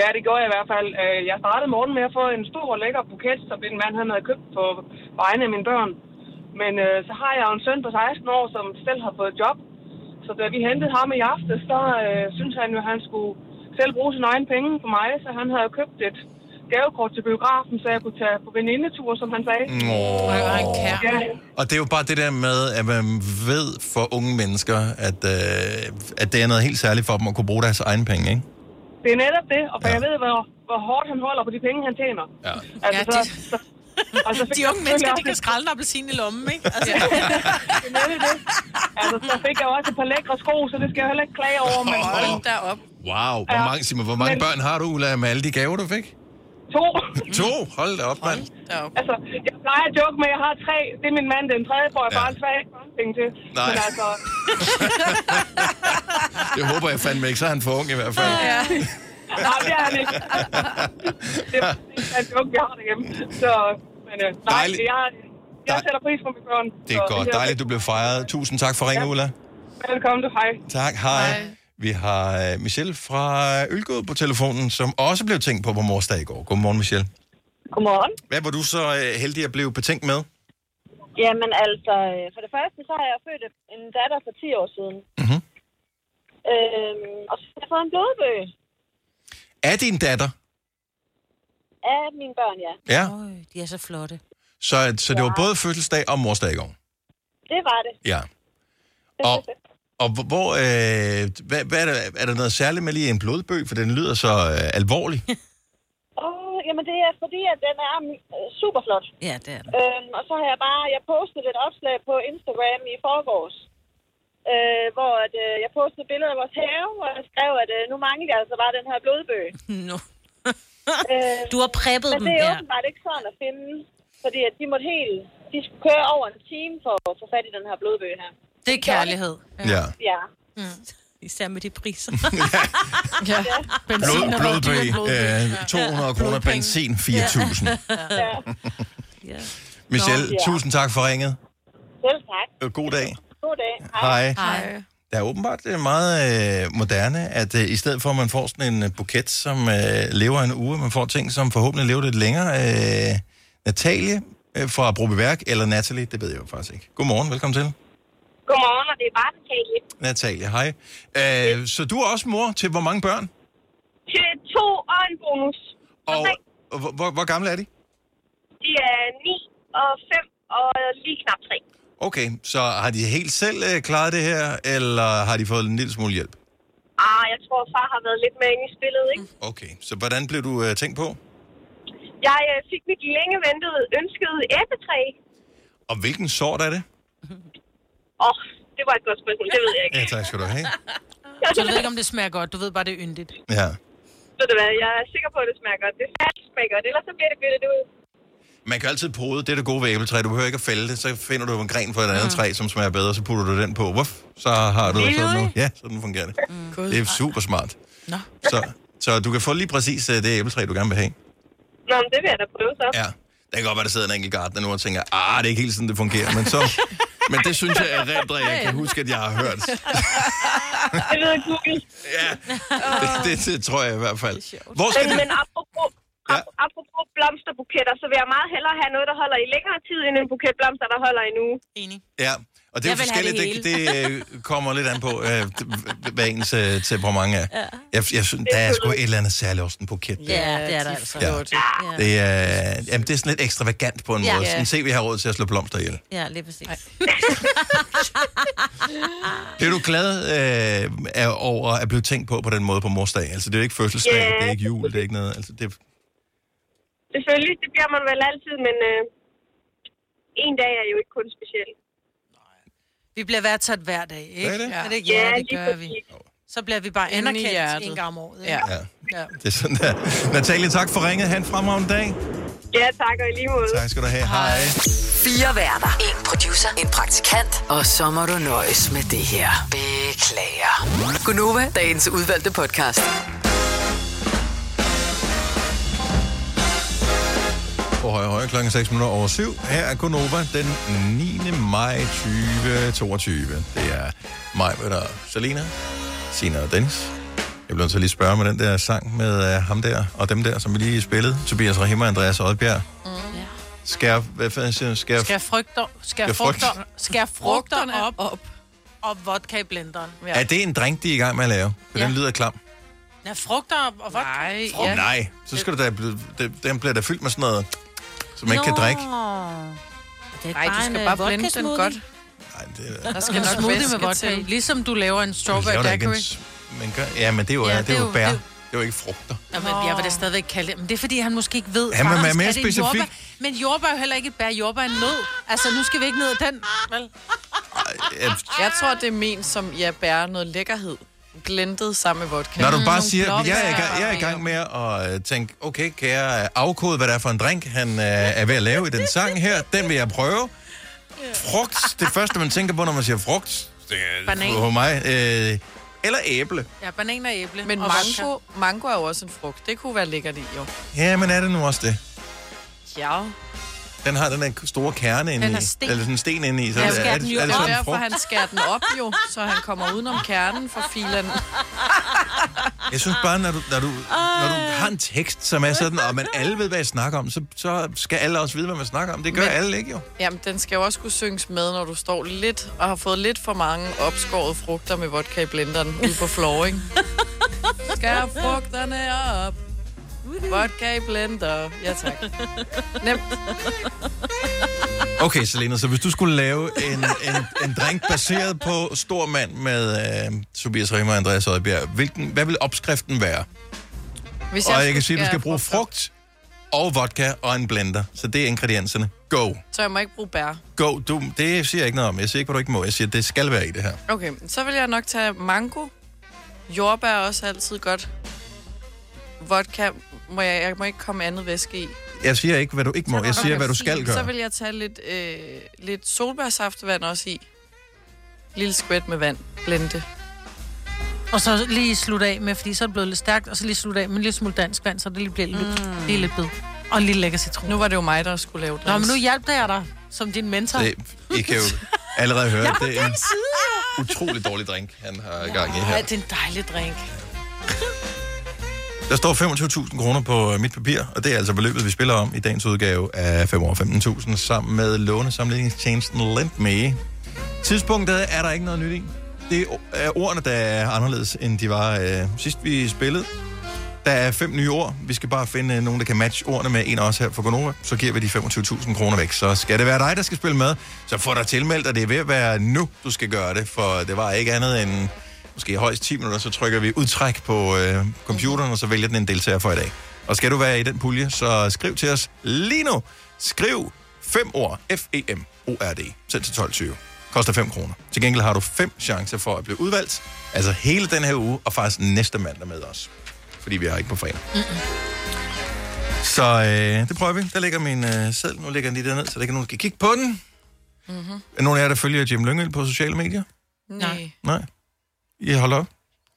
Speaker 7: Ja, det gjorde jeg i hvert fald. Øh, Jeg startede morgen med at få en stor og lækker buket, som en mand han havde købt på vegne af mine børn. Men øh, så har jeg jo en søn på 16 år, som selv har fået job. Så da vi hentede ham i aften, så øh, synes han jo, at han skulle selv bruge sine egne penge på mig. Så han havde købt et gavekort til biografen, så jeg kunne tage på venindetur, som han sagde. Mm.
Speaker 3: Og jeg var en kær.
Speaker 7: Ja,
Speaker 1: Og det er jo bare det der med, at man ved for unge mennesker, at, øh, at det er noget helt særligt for dem at kunne bruge deres egne penge, ikke?
Speaker 7: det er netop det, og for
Speaker 1: Ja.
Speaker 7: ja. jeg ved, hvor, hvor hårdt han holder på de penge, han tjener.
Speaker 1: Ja.
Speaker 7: Altså,
Speaker 3: Ja,
Speaker 7: så,
Speaker 3: det-
Speaker 7: så, og
Speaker 1: *laughs*
Speaker 7: så fik
Speaker 3: De
Speaker 7: jeg
Speaker 3: unge mennesker, de
Speaker 7: selvfølgelig
Speaker 3: kan
Speaker 7: også-
Speaker 3: skrælle en appelsin i lommen, ikke? Altså, ja.
Speaker 7: Nemlig det.
Speaker 1: *laughs*
Speaker 7: Altså, så fik jeg jo også et par lækre sko, så det skal jeg heller ikke klage over. Men
Speaker 1: *laughs*
Speaker 2: Hold da op.
Speaker 1: Wow, hvor
Speaker 7: Ja.
Speaker 1: mange, Simon, hvor mange
Speaker 7: Men-
Speaker 1: børn har du, Ulla, med alle de gaver, du fik?
Speaker 7: to. *laughs*
Speaker 1: To? Hold da op, mand.
Speaker 2: Hold da op.
Speaker 7: Altså, jeg plejer at joke med, at jeg har tre. Det er min mand, den tredje får jeg
Speaker 1: Ja.
Speaker 7: bare en svag penge til.
Speaker 1: Nej.
Speaker 7: Men altså,
Speaker 1: Det håber jeg fandme ikke, så er han for ung i hvert fald.
Speaker 2: Ja.
Speaker 7: nej, det er han
Speaker 1: *laughs*
Speaker 7: ikke. Det er en joke, vi har derhjemme. Så, men øh, nej,
Speaker 1: Dejligt.
Speaker 7: jeg, jeg
Speaker 1: Dej-
Speaker 7: sætter pris på mine børn.
Speaker 1: Det er godt. Dejligt, du blev fejret. Tusind tak for ringen, Ulla.
Speaker 7: Velkommen, du. Hej.
Speaker 1: Tak, hej. Vi har øh, Michelle fra øh, Ølgod på telefonen, som også blev tænkt på på mors dag i går. Godmorgen, Michelle.
Speaker 7: Godmorgen.
Speaker 1: Hvad var du så øh, heldig at blive betænkt med?
Speaker 10: Jamen altså, øh, for det første, så har jeg født en datter for 10 år siden.
Speaker 1: Mhm.
Speaker 10: Øhm, og så har jeg fået en blodbøg
Speaker 1: Er din datter?
Speaker 10: af mine børn, ja.
Speaker 1: Ja.
Speaker 4: Øj, de er så flotte.
Speaker 1: Så, så det var både fødselsdag og mors dag i går?
Speaker 10: Det var det.
Speaker 1: Ja. Og, Og hvor- hvor, øh, hvad, hvad er, der, er der noget særligt med lige en blodbøg, for den lyder så øh, alvorlig?
Speaker 11: Åh, jamen det er fordi, at den er øh, super flot.
Speaker 4: Ja, det er den.
Speaker 11: Øhm, og så har jeg bare, jeg postede et opslag på Instagram i forgårs, øh, hvor at, øh, jeg postede et billede af vores have, og jeg skrev, at øh, nu mangler jeg altså bare den her blodbøg.
Speaker 4: No.
Speaker 11: øh,
Speaker 4: *laughs* Du har preppet
Speaker 11: men
Speaker 4: dem,
Speaker 11: det er
Speaker 4: ja.
Speaker 11: åbenbart ikke sådan at finde, fordi at de måtte helt, de skulle køre over en time for at få fat i den her blodbøg her.
Speaker 3: Det er kærlighed.
Speaker 1: *laughs* Ja.
Speaker 11: Ja.
Speaker 4: Især med de priser.
Speaker 3: ja.
Speaker 1: Blod, blodbøg, øh, 200 kroner,
Speaker 4: Blodpenge.
Speaker 1: benzin 4.000.
Speaker 11: ja.
Speaker 1: Michelle,
Speaker 11: Nå. Ja.
Speaker 1: tusind tak for ringet.
Speaker 11: Selv tak.
Speaker 1: Øh, God dag.
Speaker 11: God dag.
Speaker 1: Hej. Hej. Der er åbenbart øh, meget øh, moderne, at øh, i stedet for at man får sådan en øh, buket, som øh, lever en uge, man får ting, som forhåbentlig lever lidt længere. Øh, Natalie øh, fra Brobeværk, eller Natalie, det ved jeg jo faktisk ikke. Godmorgen, velkommen til.
Speaker 12: Godmorgen, og det er bare Natalie.
Speaker 1: Natalie, hej. Øh, så du er også mor til hvor mange børn?
Speaker 12: Til to og en bonus.
Speaker 1: Og og hvor, hvor, hvor gamle er de?
Speaker 12: De er 9 og 5 og lige knap 3.
Speaker 1: Okay, så har de helt selv øh, klaret det her, eller har de fået en lille smule hjælp?
Speaker 12: Ah, jeg tror, far har været lidt med inde i spillet, ikke?
Speaker 1: Okay, så hvordan blev du øh, tænkt på?
Speaker 12: Jeg øh, fik mit længe ventede ønskede æbletræ.
Speaker 1: Og hvilken sort er det?
Speaker 12: Åh, oh, det var et godt spørgsmål, det ved jeg ikke.
Speaker 1: Ja, tak skal du have.
Speaker 12: *laughs*
Speaker 3: Så du ved ikke, om det smager godt. Du ved bare, det er yndigt.
Speaker 1: Ja.
Speaker 12: Ved du hvad, jeg er sikker på, at det smager godt. Det faktisk smager godt, ellers så bliver det byttet ud.
Speaker 1: Man kan altid pode, det er det gode ved æbletræ. Du behøver ikke at fælde det, så finder du en gren fra et andet træ, som smager bedre, så putter du den på. Vuff, så har du
Speaker 9: Really?
Speaker 1: sådan noget. Ja, sådan fungerer det. Det er super smart.
Speaker 3: Nå.
Speaker 1: Så, så du kan få lige præcis øh, det æbletræ, du gerne vil have.
Speaker 12: Nå, men det vil jeg da prøve så.
Speaker 1: Ja. Det kan godt være, der sidder en enkelt gartner nu og tænker, ah, det er ikke helt sådan, det fungerer. Men, så, men det synes jeg er rent, jeg kan huske, at jeg har hørt.
Speaker 12: Det ved Google.
Speaker 1: Ja. Det, det, det tror jeg i hvert fald. Hvor
Speaker 12: Men,
Speaker 1: skal du...
Speaker 12: men apropos, ap- apropos blomsterbuketter, så vil jeg meget hellere have noget, der holder i længere tid, end en buket blomster, der holder i en uge.
Speaker 3: Enig.
Speaker 1: Ja, og det er jo
Speaker 12: Jeg vil have det
Speaker 1: forskelligt. Det, det, øh, kommer lidt an på, øh, d- hvad ens øh, temperament er. Ja. Jeg, jeg synes, der er sgu et eller andet særligt også en buket. der.
Speaker 4: *laughs* Ja, det er der altså.
Speaker 1: Ja. Det er, jamen, det er sådan lidt ekstravagant på en
Speaker 4: Ja.
Speaker 1: måde.
Speaker 4: Ja.
Speaker 1: Sådan, se, vi har råd til at slå blomster ihjel.
Speaker 4: Ja, lige præcis.
Speaker 1: Bliver du glad øh, af- over at blive tænkt på på den måde på morsdag? Altså, det er jo ikke fødselsdag,
Speaker 12: Ja.
Speaker 1: det er ikke jul, det er ikke noget. Altså, det,
Speaker 12: Selvfølgelig, det bliver man vel altid, men øh, en dag er jo ikke kun speciel.
Speaker 3: Vi bliver værdsat hver dag, ikke?
Speaker 12: Er det?
Speaker 3: Er det ikke? Ja,
Speaker 12: Ja,
Speaker 3: det
Speaker 12: lige
Speaker 3: gør vi. Så bliver vi bare
Speaker 2: Inde i
Speaker 3: anerkendt
Speaker 2: hjertet.
Speaker 3: en gang om året.
Speaker 1: ja.
Speaker 3: ikke?
Speaker 1: ja.
Speaker 3: ja.
Speaker 1: Det er sådan der. Natalie, tak for ringet. Ha' en fremragende dag.
Speaker 12: Ja, tak og i lige måde.
Speaker 1: Tak skal du have. Hej.
Speaker 5: Fire værter. En producer. En praktikant. Og så må du nøjes med det her. Beklager. Gunova, dagens udvalgte podcast.
Speaker 1: På højre højre klokken 6 minutter over 7. Her er Gunova den 9. maj 2022. Det er mig, med der Selina, Sina og Dennis. Jeg blev nødt til at lige spørge med den der sang med uh, ham der og dem der, som vi lige spillede. Tobias Rahim og Andreas Oddbjerg. Mm. Skær, hvad fanden siger jeg? Skær,
Speaker 3: Skær frygter, skær
Speaker 1: Skær frugter.
Speaker 3: frugter, skær frugterne op, op. Og vodka i blenderen. Ja.
Speaker 1: Er det en drink, de er i gang med at lave? For ja. den lyder klam.
Speaker 3: Ja, frugter op og vodka. Nej,
Speaker 1: Åh oh, nej, så skal du da blive, det, den bliver da fyldt med sådan noget, som man ikke kan drikke.
Speaker 4: Det
Speaker 2: Nej, du
Speaker 4: er
Speaker 3: bare
Speaker 2: skal
Speaker 3: en,
Speaker 2: bare
Speaker 3: øh,
Speaker 2: blende den
Speaker 3: vodka-smoothie.
Speaker 2: godt.
Speaker 1: Nej, det,
Speaker 3: Der skal en smoothie med vodka i. Ligesom du laver en
Speaker 1: Man
Speaker 3: strawberry
Speaker 1: laver da ikke en
Speaker 3: daiquiri.
Speaker 1: s- man gør, ja, men det er jo, ja, det er jo, bær. Det er jo ikke frugter.
Speaker 3: Nå, men jeg vil da stadigvæk kalde det. Men det er fordi, han måske ikke ved.
Speaker 1: Han må være
Speaker 3: faktisk,
Speaker 1: mere
Speaker 3: er det en
Speaker 1: specifik.
Speaker 3: jordbær? Men jordbær er jo heller ikke et bær. Jordbær er en nød. Altså, nu skal vi ikke ned af den. Vel?
Speaker 1: Øh,
Speaker 2: *laughs* Jeg tror, det er ment som, jeg bærer noget lækkerhed. Blendet sammen med vodka.
Speaker 1: Når du
Speaker 2: Mm,
Speaker 1: bare
Speaker 2: nogle
Speaker 1: siger, at jeg er, i
Speaker 2: blåbær.
Speaker 1: gang, jeg er i gang med at øh, tænke, okay, kan jeg øh, afkode, hvad det er for en drink, han øh, er ved at lave i den sang her? Den vil jeg prøve. Frugt, det første, man tænker på, når man siger frugt, det
Speaker 3: Banan.
Speaker 1: er for mig. Øh, eller æble.
Speaker 3: Ja, banan og æble.
Speaker 2: Men
Speaker 3: og
Speaker 2: mango, mango er jo også en frugt. Det kunne være lækkert i, jo.
Speaker 1: Ja, men er det nu også det?
Speaker 2: Ja.
Speaker 1: Den har den der store kerne inde i.
Speaker 2: Den har sten.
Speaker 1: Eller sådan en sten inde i. Så
Speaker 2: Han
Speaker 1: er,
Speaker 2: skærer
Speaker 1: er,
Speaker 2: den
Speaker 1: det,
Speaker 2: jo
Speaker 1: er
Speaker 2: op.
Speaker 1: det
Speaker 2: Det er
Speaker 1: sådan en
Speaker 2: derfor,
Speaker 1: frugt?
Speaker 2: han skærer den op jo, så han kommer udenom kernen for filen.
Speaker 1: Jeg synes bare, når du, når, du, når du har en tekst, som er sådan, og man alle ved, hvad jeg snakker om, så, så skal alle også vide, hvad man snakker om. Det gør
Speaker 2: Men-
Speaker 1: men, alle ikke, jo.
Speaker 2: Jamen, den skal jo også kunne synges med, når du står lidt og har fået lidt for mange opskårede frugter med vodka i blenderen ude på floor, ikke? Skær frugterne op. Vodka i blender. Ja, tak. Nemt.
Speaker 1: Okay, Selena, så hvis du skulle lave en, en, en drink baseret på stor mand med øh, Tobias Rømer og Andreas Oddbjerg, hvilken, hvad vil opskriften være? Hvis jeg og jeg kan sige, at du skal bruge frugt og vodka og en blender. Så det er ingredienserne. Go.
Speaker 2: Så jeg må ikke bruge bær.
Speaker 1: Go. Du, det siger jeg ikke noget om. Jeg siger ikke, hvad du ikke må. Jeg siger, at det skal være i det her.
Speaker 2: Okay, så vil jeg nok tage mango. Jordbær er også altid godt. Vodka må jeg, jeg må ikke komme andet væske i.
Speaker 1: Jeg siger ikke, hvad du ikke må. Jeg siger, hvad du skal
Speaker 2: Så
Speaker 1: gøre.
Speaker 2: vil jeg tage lidt, øh, lidt solbærsaftvand også i. Lille skvæt med vand. Blende det.
Speaker 3: Og så lige slutte af med, fordi så er det blevet lidt stærkt, og så lige slutte af med en lille smule dansk vand, så det lige bliver lidt, mm. lige lidt bed. Og en lille lækker citron.
Speaker 2: Nu var det jo mig, der skulle lave det.
Speaker 3: Nå, men nu hjælper jeg dig, som din mentor.
Speaker 1: Det, I kan jo allerede høre,
Speaker 3: Jeg er på
Speaker 1: det er en
Speaker 3: din side.
Speaker 1: utrolig dårlig drink, han har gang i her.
Speaker 3: Ej, det er en dejlig drink.
Speaker 1: Der står 25.000 kroner på øh, mit papir, og det er altså beløbet, vi spiller om i dagens udgave af 5 over 15.000, sammen med lånesamlingstjenesten LendMe. Tidspunktet er der ikke noget nyt i. Det er ordene, der er anderledes, end de var øh, sidst, vi spillede. Der er fem nye ord. Vi skal bare finde øh, nogen, der kan matche ordene med en af os her for Gonova. Så giver vi de 25.000 kroner væk. Så skal det være dig, der skal spille med, så få dig tilmeldt, og det er ved at være nu, du skal gøre det. For det var ikke andet end måske højst 10 minutter, så trykker vi udtræk på øh, computeren, og så vælger den en deltager for i dag. Og skal du være i den pulje, så skriv til os lige nu. Skriv fem ord, E F-E-M-O-R-D, send til 12.20. Koster 5 kroner. Til gengæld har du fem chancer for at blive udvalgt, altså hele den her uge, og faktisk næste mandag med os. Fordi vi er ikke på fredag. Så øh, det prøver vi. Der ligger min øh, seddel. Nu ligger den lige dernede, så der ikke er nogen, der kan kigge på den.
Speaker 2: Mm-hmm.
Speaker 1: Er nogen af jer, der følger Jim Lyngøl på sociale medier?
Speaker 2: Nej.
Speaker 1: Nej. I holder op?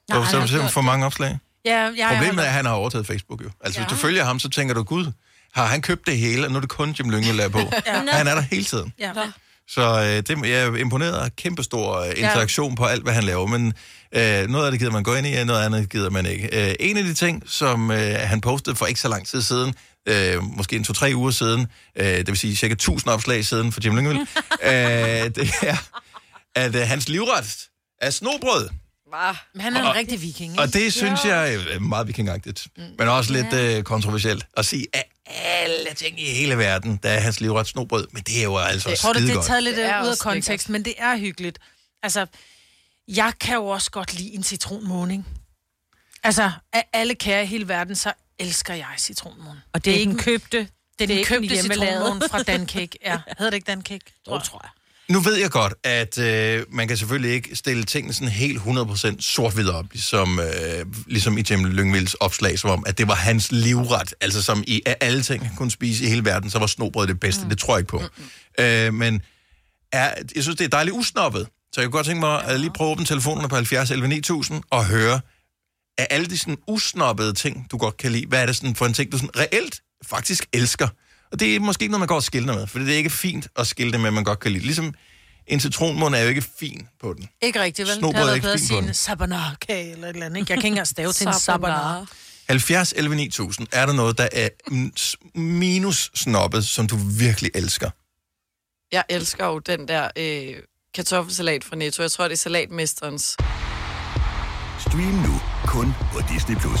Speaker 3: Nej, han
Speaker 1: Nej, der
Speaker 3: har
Speaker 1: er simpelthen
Speaker 3: gjort
Speaker 1: for mange opslag.
Speaker 3: Ja, jeg, jeg
Speaker 1: Problemet er, at han har overtaget Facebook jo. Altså, ja. hvis du følger ham, så tænker du, gud, har han købt det hele, og nu er det kun Jim Lyngel, der er på.
Speaker 3: *laughs* Ja.
Speaker 1: Han er der hele tiden.
Speaker 3: Ja.
Speaker 1: Så øh, det, jeg er imponeret af kæmpestor øh, interaktion ja. på alt, hvad han laver. Men øh, noget af det gider man gå ind i, og noget andet gider man ikke. Øh, en af de ting, som øh, han postede for ikke så lang tid siden, øh, måske en to-tre uger siden, øh, det vil sige cirka 1000 opslag siden for
Speaker 3: *laughs*
Speaker 1: Jim Lyngvild, øh, det er, at øh, hans livret er snobrød.
Speaker 3: Ah, Men han er en
Speaker 1: Og-
Speaker 3: rigtig viking, ikke?
Speaker 1: Og det synes jeg er meget vikingagtigt, men også lidt øh, kontroversielt at sige, at alle ting i hele verden, der er hans livret snobrød, men det er jo altså
Speaker 3: Jeg tror,
Speaker 1: skide
Speaker 3: det, det er
Speaker 1: godt.
Speaker 3: taget lidt
Speaker 2: Det er
Speaker 3: øh, ud af
Speaker 2: også
Speaker 3: kontekst, men det er hyggeligt. Altså, jeg kan jo også godt lide en citronmåning. Altså, af alle kære i hele verden, så elsker jeg citronmånen.
Speaker 4: Og det er ikke en købte.
Speaker 3: Det er
Speaker 4: det er
Speaker 3: den
Speaker 4: ikke en
Speaker 3: købte
Speaker 4: hjemmelavet.
Speaker 3: citronmåne fra *laughs* Dancake. Ja, hedder det ikke Dancake? Tror, tror jeg.
Speaker 1: Nu ved jeg godt, at øh, man kan selvfølgelig ikke stille tingene sådan helt 100% sort-hvid op, ligesom, øh, ligesom i Jim Lyngvilds opslag, som om, at det var hans livret, altså som i af alle ting, han kunne spise i hele verden, så var snobrød det bedste, mm. det tror jeg ikke på. Mm. Øh, men er, jeg synes, det er dejligt usnoppet, så jeg kunne godt tænke mig at lige prøve at åbne telefonerne på 70 11 9000 og høre, af alle de sådan usnoppede ting, du godt kan lide, hvad er det sådan for en ting, du sådan reelt faktisk elsker? Og det er måske ikke noget, man går og skilter med, for det er ikke fint at skilte med, man godt kan lide. Ligesom en citronmund er jo ikke fin på den.
Speaker 3: Ikke rigtigt, vel?
Speaker 1: Snobrød
Speaker 3: det
Speaker 1: er
Speaker 3: havde
Speaker 1: ikke
Speaker 3: bedre at
Speaker 1: fint
Speaker 3: sige
Speaker 1: på
Speaker 3: en
Speaker 1: den.
Speaker 3: sabanarkage eller et eller andet. Ikke? Jeg kan ikke engang stave til en
Speaker 2: Sabanar.
Speaker 3: sabanar.
Speaker 1: 70 11 9000, er der noget, der er mm, s- minus snobbet, som du virkelig elsker?
Speaker 2: Jeg elsker jo den der øh, kartoffelsalat fra Netto. Jeg tror, det er salatmesterens.
Speaker 13: Stream nu kun på Disney+. Plus.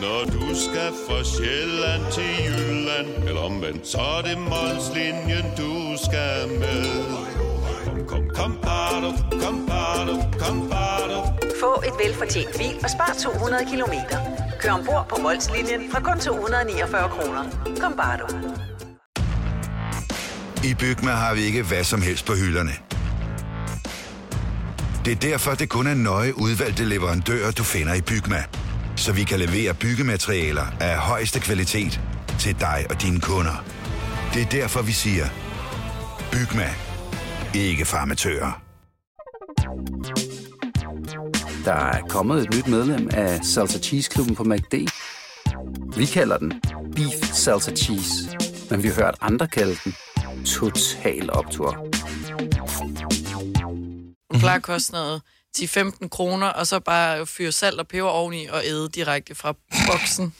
Speaker 14: Når du skal fra Sjælland til Jylland Eller omvendt, så er det Molslinjen, du skal med Kom, kom, kom, bado, kom, bado, kom, bado.
Speaker 15: Få et velfortjent bil og spar 200 kilometer. Kør ombord på Molslinjen fra kun 249 kroner. Kom bare du.
Speaker 13: I Bygma har vi ikke hvad som helst på hylderne. Det er derfor, det kun er nøje udvalgte leverandører, du finder i Bygma. Så vi kan levere byggematerialer af højeste kvalitet til dig og dine kunder. Det er derfor, vi siger, Bygma. Ikke farmatører.
Speaker 16: Der er kommet et nyt medlem af Salsa Cheese Klubben på MACD. Vi kalder den Beef Salsa Cheese, men vi har hørt andre kalde den Total Optor.
Speaker 2: Det plejer at
Speaker 1: Mhm.
Speaker 2: koste sådan noget 10-15 kroner, og så bare fyre salt og peber oveni og æde direkte fra boksen.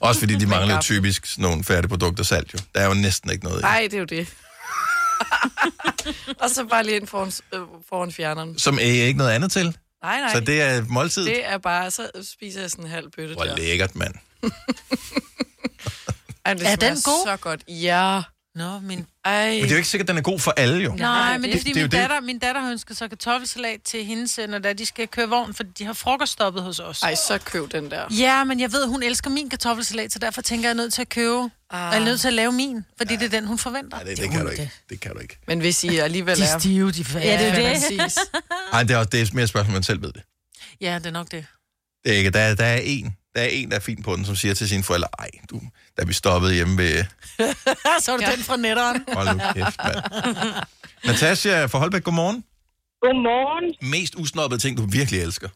Speaker 1: Også fordi de mangler jo typisk sådan nogle færdigprodukter salt jo. Der er jo næsten ikke noget i.
Speaker 2: Nej, det er jo det. *laughs* og så bare lige ind foran, øh, foran fjerneren.
Speaker 1: Som er ikke noget andet til.
Speaker 2: Nej, nej.
Speaker 1: Så det er måltid.
Speaker 2: Det er bare, så spiser jeg sådan en halv bøtte
Speaker 1: Hvor
Speaker 2: der.
Speaker 1: lækkert, mand.
Speaker 2: Ej, det
Speaker 3: Er
Speaker 2: er
Speaker 3: den
Speaker 2: den
Speaker 3: god?
Speaker 2: så godt. Ja.
Speaker 3: Nå, min...
Speaker 2: Ej.
Speaker 1: Men det er jo ikke sikkert, at den er god for alle jo.
Speaker 3: Nej, men det er fordi,
Speaker 1: det er
Speaker 3: min,
Speaker 1: jo
Speaker 3: datter, min datter har ønsket sig kartoffelsalat til hendes, øh, når det er, de skal køre vogn, fordi de har frokoststoppet hos os.
Speaker 2: Ej, så køb den der.
Speaker 3: Ja, men jeg ved, hun elsker min kartoffelsalat, så derfor tænker jeg, jeg er nødt til at købe. Ah. Og jeg er nødt til at lave min, fordi det er den, hun forventer.
Speaker 1: Det, det kan du ikke. Det kan du ikke.
Speaker 2: Men hvis I alligevel
Speaker 3: De
Speaker 2: er...
Speaker 3: er stive, de fa-
Speaker 2: Ja, det er
Speaker 3: Ja,
Speaker 2: det. Præcis.
Speaker 1: Nej, det er, også, det er mere et spørgsmål, man selv ved det.
Speaker 3: Ja, det er nok det.
Speaker 1: det er ikke, der, er- der er en, der er en, der er fin på den, som siger til sine forældre, ej, du, da vi stoppede hjemme ved
Speaker 3: *laughs* så er du ja. den fra *laughs* netteren.
Speaker 1: Hold nu kæft, mand. Natasha fra Holbæk, godmorgen.
Speaker 12: Godmorgen. Øh,
Speaker 1: Mest usnoppede ting, du virkelig elsker.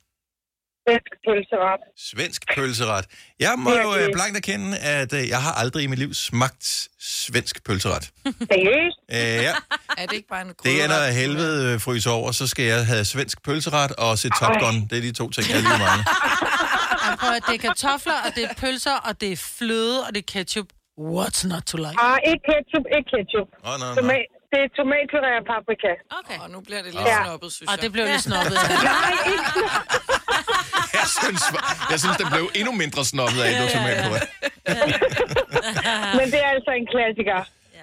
Speaker 12: Svensk pølseret.
Speaker 1: Svensk pølseret. Jeg må
Speaker 12: Ja,
Speaker 1: jo
Speaker 12: det-
Speaker 1: øh, blankt erkende, at øh, jeg har aldrig i mit liv smagt svensk pølseret.
Speaker 12: Seriøst?
Speaker 1: Øh, ja,
Speaker 2: Er det ikke bare en
Speaker 1: *laughs* det er når helvede øh, fryser over, så skal jeg have svensk pølseret og se Top Gun. Det er de to ting, jeg lige mangler.
Speaker 3: Ej, prøv at, det er kartofler, og det er pølser, og det er fløde, og det er ketchup. What's not to like?
Speaker 12: Ah, ikke ketchup, ikke ketchup.
Speaker 1: Åh, nej, nej.
Speaker 12: Tomat, det er tomatpuré og paprika.
Speaker 2: Okay. Og nu bliver det
Speaker 12: lidt
Speaker 2: lidt
Speaker 12: Ja.
Speaker 2: snobbet, synes
Speaker 3: Og
Speaker 2: jeg.
Speaker 3: det blev lidt *laughs* snobbet.
Speaker 12: Nej, ikke
Speaker 1: *laughs* Jeg synes, jeg synes, det blev endnu mindre snobbet af, at du tog med på det.
Speaker 12: Men det er altså en klassiker.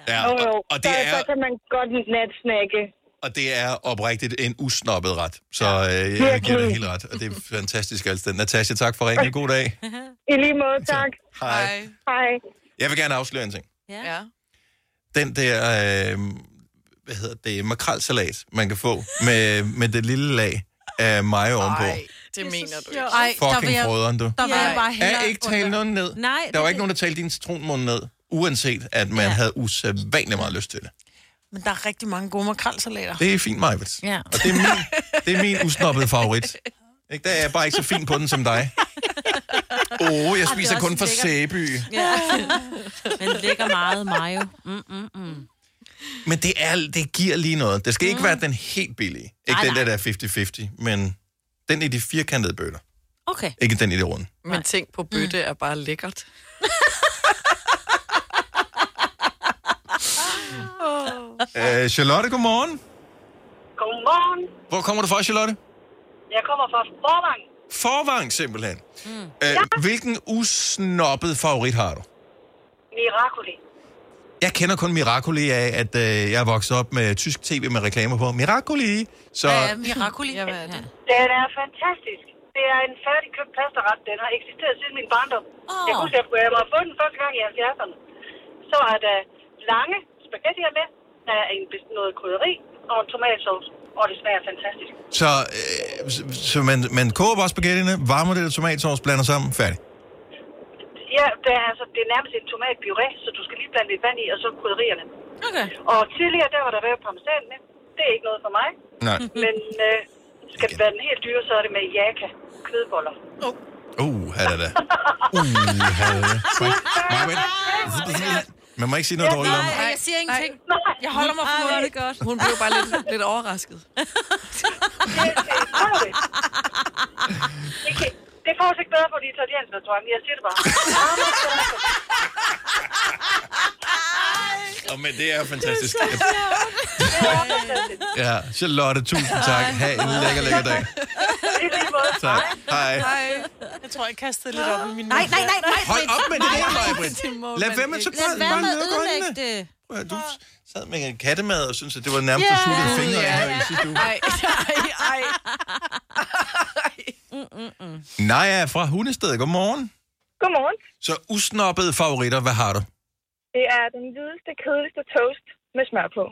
Speaker 1: Ja,
Speaker 12: Jo,
Speaker 1: og-
Speaker 12: jo.
Speaker 1: og det
Speaker 12: så,
Speaker 1: er-
Speaker 12: så kan man godt natsnakke.
Speaker 1: Og det er oprigtigt en usnobbet ret. Så øh, jeg giver dig helt ret, og det er fantastisk altid. Natasha, tak for ringen. God
Speaker 3: *laughs*
Speaker 1: dag.
Speaker 12: I lige måde, tak.
Speaker 1: Hej.
Speaker 12: Hej.
Speaker 1: Jeg vil gerne afsløre en ting.
Speaker 2: Ja.
Speaker 1: Den der, øh, hvad hedder det, makrelsalat, man kan få med, med det lille lag af mayo ovenpå.
Speaker 2: Det mener du
Speaker 3: ikke. Ej, der vil
Speaker 1: Fucking
Speaker 3: jeg,
Speaker 1: frøderen, du.
Speaker 3: der vil jeg bare
Speaker 1: Er
Speaker 3: hellere
Speaker 1: ikke tale nogen ned.
Speaker 3: Nej,
Speaker 1: der
Speaker 3: det-
Speaker 1: var ikke nogen, der talte din citronmund ned, uanset at man havde usædvanlig meget lyst til det.
Speaker 3: Men der er rigtig mange gode makrelsalater.
Speaker 1: Det er fint, Majvits.
Speaker 3: Ja.
Speaker 1: Og det er min, det er min usnobbede favorit. Ikke? Der er jeg bare ikke så fin på den
Speaker 4: *laughs*
Speaker 1: som dig. Åh, oh, jeg
Speaker 4: er
Speaker 1: spiser
Speaker 4: også
Speaker 1: kun fra
Speaker 4: lækkert.
Speaker 1: Sæby.
Speaker 4: Ja. *laughs* Men lækker meget mayo. Mm, mm, mm.
Speaker 1: Men det, er, det giver lige noget. Det skal ikke være den helt billige. Ikke
Speaker 4: Nej,
Speaker 1: den der, der er 50-50, men den i de firkantede bøtter.
Speaker 4: Okay.
Speaker 1: Ikke den i det runde.
Speaker 2: Men tænk på, bøtte er bare lækkert.
Speaker 1: Øh, Charlotte, godmorgen.
Speaker 17: Godmorgen.
Speaker 1: Hvor kommer du fra, Charlotte?
Speaker 17: Jeg kommer fra Forvang.
Speaker 1: Forvang, simpelthen. Mm. Øh, Hvilken usnoppet favorit har du?
Speaker 17: Miracoli.
Speaker 1: Jeg kender kun Miracoli af, at øh, jeg er vokset op med tysk tv med reklamer på. Miracoli! Så
Speaker 3: er Miracoli? Ja, hvad er det?
Speaker 17: Den er fantastisk. Det er en færdigkøbt pastaret. Den har eksisteret siden min barndom. Oh. Jeg husker, at jeg var fundet den første gang i 70'erne. Så er der lange spaghettier med. Der er en, bes- noget krydderi og en tomatsauce. Og det smager fantastisk.
Speaker 1: så, øh, så, så man, man koger bare spaghettiene, varmer det der tomatsauce, blander sammen, færdig.
Speaker 17: Ja, det er, altså, det er nærmest en tomatpuré, så du skal lige blande lidt vand i, og så krydderierne.
Speaker 3: Okay.
Speaker 17: Og tidligere, der var der revet parmesan med. Det er ikke noget for mig.
Speaker 1: Nej.
Speaker 17: Men øh, skal det være den helt dyre, så er det med jaka, kødboller.
Speaker 1: Uh, her er det. Uh, her er det. Man må ikke sige noget dårligt om.
Speaker 3: Nej, jeg siger ingenting. Jeg holder mig for
Speaker 2: Ej, hvor er
Speaker 3: munden.
Speaker 2: det
Speaker 3: *laughs*
Speaker 2: godt. Hun blev bare lidt, lidt overrasket.
Speaker 17: Det, kan, det får sig ikke bedre på de italienske restauranter, jeg siger det bare.
Speaker 1: Oh, men det er fantastisk. Ja, Charlotte, tusind tak. Ha' en lækker, lækker dag. Tak. Hej.
Speaker 3: Jeg tror, jeg kastede lidt op i min
Speaker 4: Nej, nej, nej, nej.
Speaker 1: Hold op med det der, Maj-Brit.
Speaker 3: Det må
Speaker 1: Lad
Speaker 3: man
Speaker 1: være med
Speaker 3: ikke.
Speaker 1: så bare,
Speaker 3: Lad være
Speaker 1: bare
Speaker 3: med at
Speaker 1: luk
Speaker 3: ødelægge
Speaker 1: øjnene.
Speaker 4: det.
Speaker 1: Prøv at- Du sad med en kattemad og synes at det var nærmest yeah. suttet fingre yeah. her i sidste uge.
Speaker 2: Ej, ej, ej.
Speaker 1: Nej, jeg er fra Hundested. Godmorgen.
Speaker 17: Godmorgen.
Speaker 1: Så usnoppede favoritter, hvad har du?
Speaker 17: Det er den hvideste, kedeligste toast med smør på.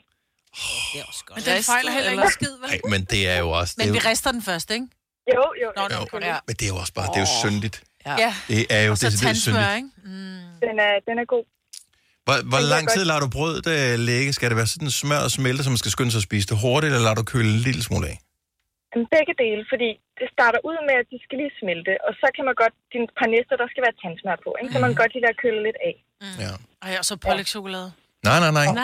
Speaker 4: Det er også godt.
Speaker 3: Men den fejler heller ikke en skid, vel?
Speaker 1: Nej, men det er jo også... Det er
Speaker 3: Men
Speaker 1: jo,
Speaker 3: vi rister den først, ikke?
Speaker 17: Jo, jo.
Speaker 3: Nå, jo. Ja.
Speaker 1: men det er jo også bare... Det er jo syndigt.
Speaker 3: ja.
Speaker 1: Det er jo
Speaker 3: Og så
Speaker 1: decideret syndigt.
Speaker 3: tandsmør, ikke?
Speaker 17: Den er, den er god.
Speaker 1: Hvor, hvor
Speaker 17: Det kan
Speaker 1: lang
Speaker 17: jeg
Speaker 1: tid
Speaker 17: godt.
Speaker 1: lader du brødet øh, ligge? Skal det være sådan smør og smelte, som man skal skynde sig at spise det hurtigt, eller lader du køle en lille smule af?
Speaker 3: Mm.
Speaker 17: Jamen, Begge dele, fordi det starter ud med, at de skal lige smelte, og så kan man godt, dine par næster, der skal være tandsmør på, ikke? så
Speaker 1: Mm.
Speaker 17: man kan godt lige lade køle lidt af.
Speaker 3: Ej, og så pålægtschokolade.
Speaker 1: Nej, nej, nej.
Speaker 3: Nej.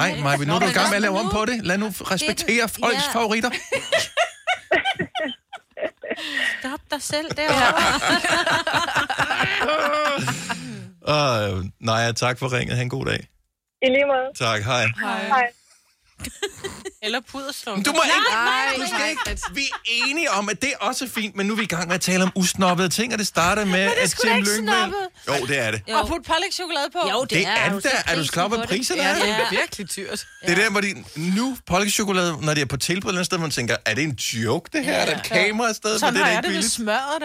Speaker 1: nej Maja, nu er
Speaker 3: Nå,
Speaker 1: du i
Speaker 3: men
Speaker 1: gang med at
Speaker 3: altså
Speaker 1: lave om
Speaker 3: nu- *laughs*
Speaker 1: på det. Lad nu respektere folks
Speaker 3: ja.
Speaker 1: favoritter.
Speaker 4: dig selv derovre.
Speaker 1: Og, øh, nej, tak for ringet. Ha' en god dag.
Speaker 12: I lige måde.
Speaker 1: Tak, hej.
Speaker 12: Hej.
Speaker 3: Eller puderslunken.
Speaker 1: Men du må ikke-
Speaker 3: Nej,
Speaker 1: du skal
Speaker 3: nej,
Speaker 1: ikke. Vi er enige om, at det er også fint, men nu er vi i gang med at tale om usnoppede ting, og det starter med,
Speaker 3: det er
Speaker 1: at
Speaker 3: sgu da
Speaker 1: Tim
Speaker 3: ikke
Speaker 1: Lyngvild...
Speaker 3: snobbet.
Speaker 1: Jo, det er det.
Speaker 3: Jo. Og putte pålæg chokolade på.
Speaker 1: Jo, det Det er er du da. selv Er du klar over, prisen hvad på det? priserne Ja, er? det er
Speaker 2: virkelig dyrt.
Speaker 1: Det er der, hvor de nu polkechokolade, når de er på tilbud et eller andet sted, man tænker, er det en joke, det her? Ja. Er der et kamera afsted? for
Speaker 3: Sådan
Speaker 1: det, er
Speaker 3: har
Speaker 1: da
Speaker 3: jeg det
Speaker 1: ikke
Speaker 3: med
Speaker 1: billigt.
Speaker 3: smørret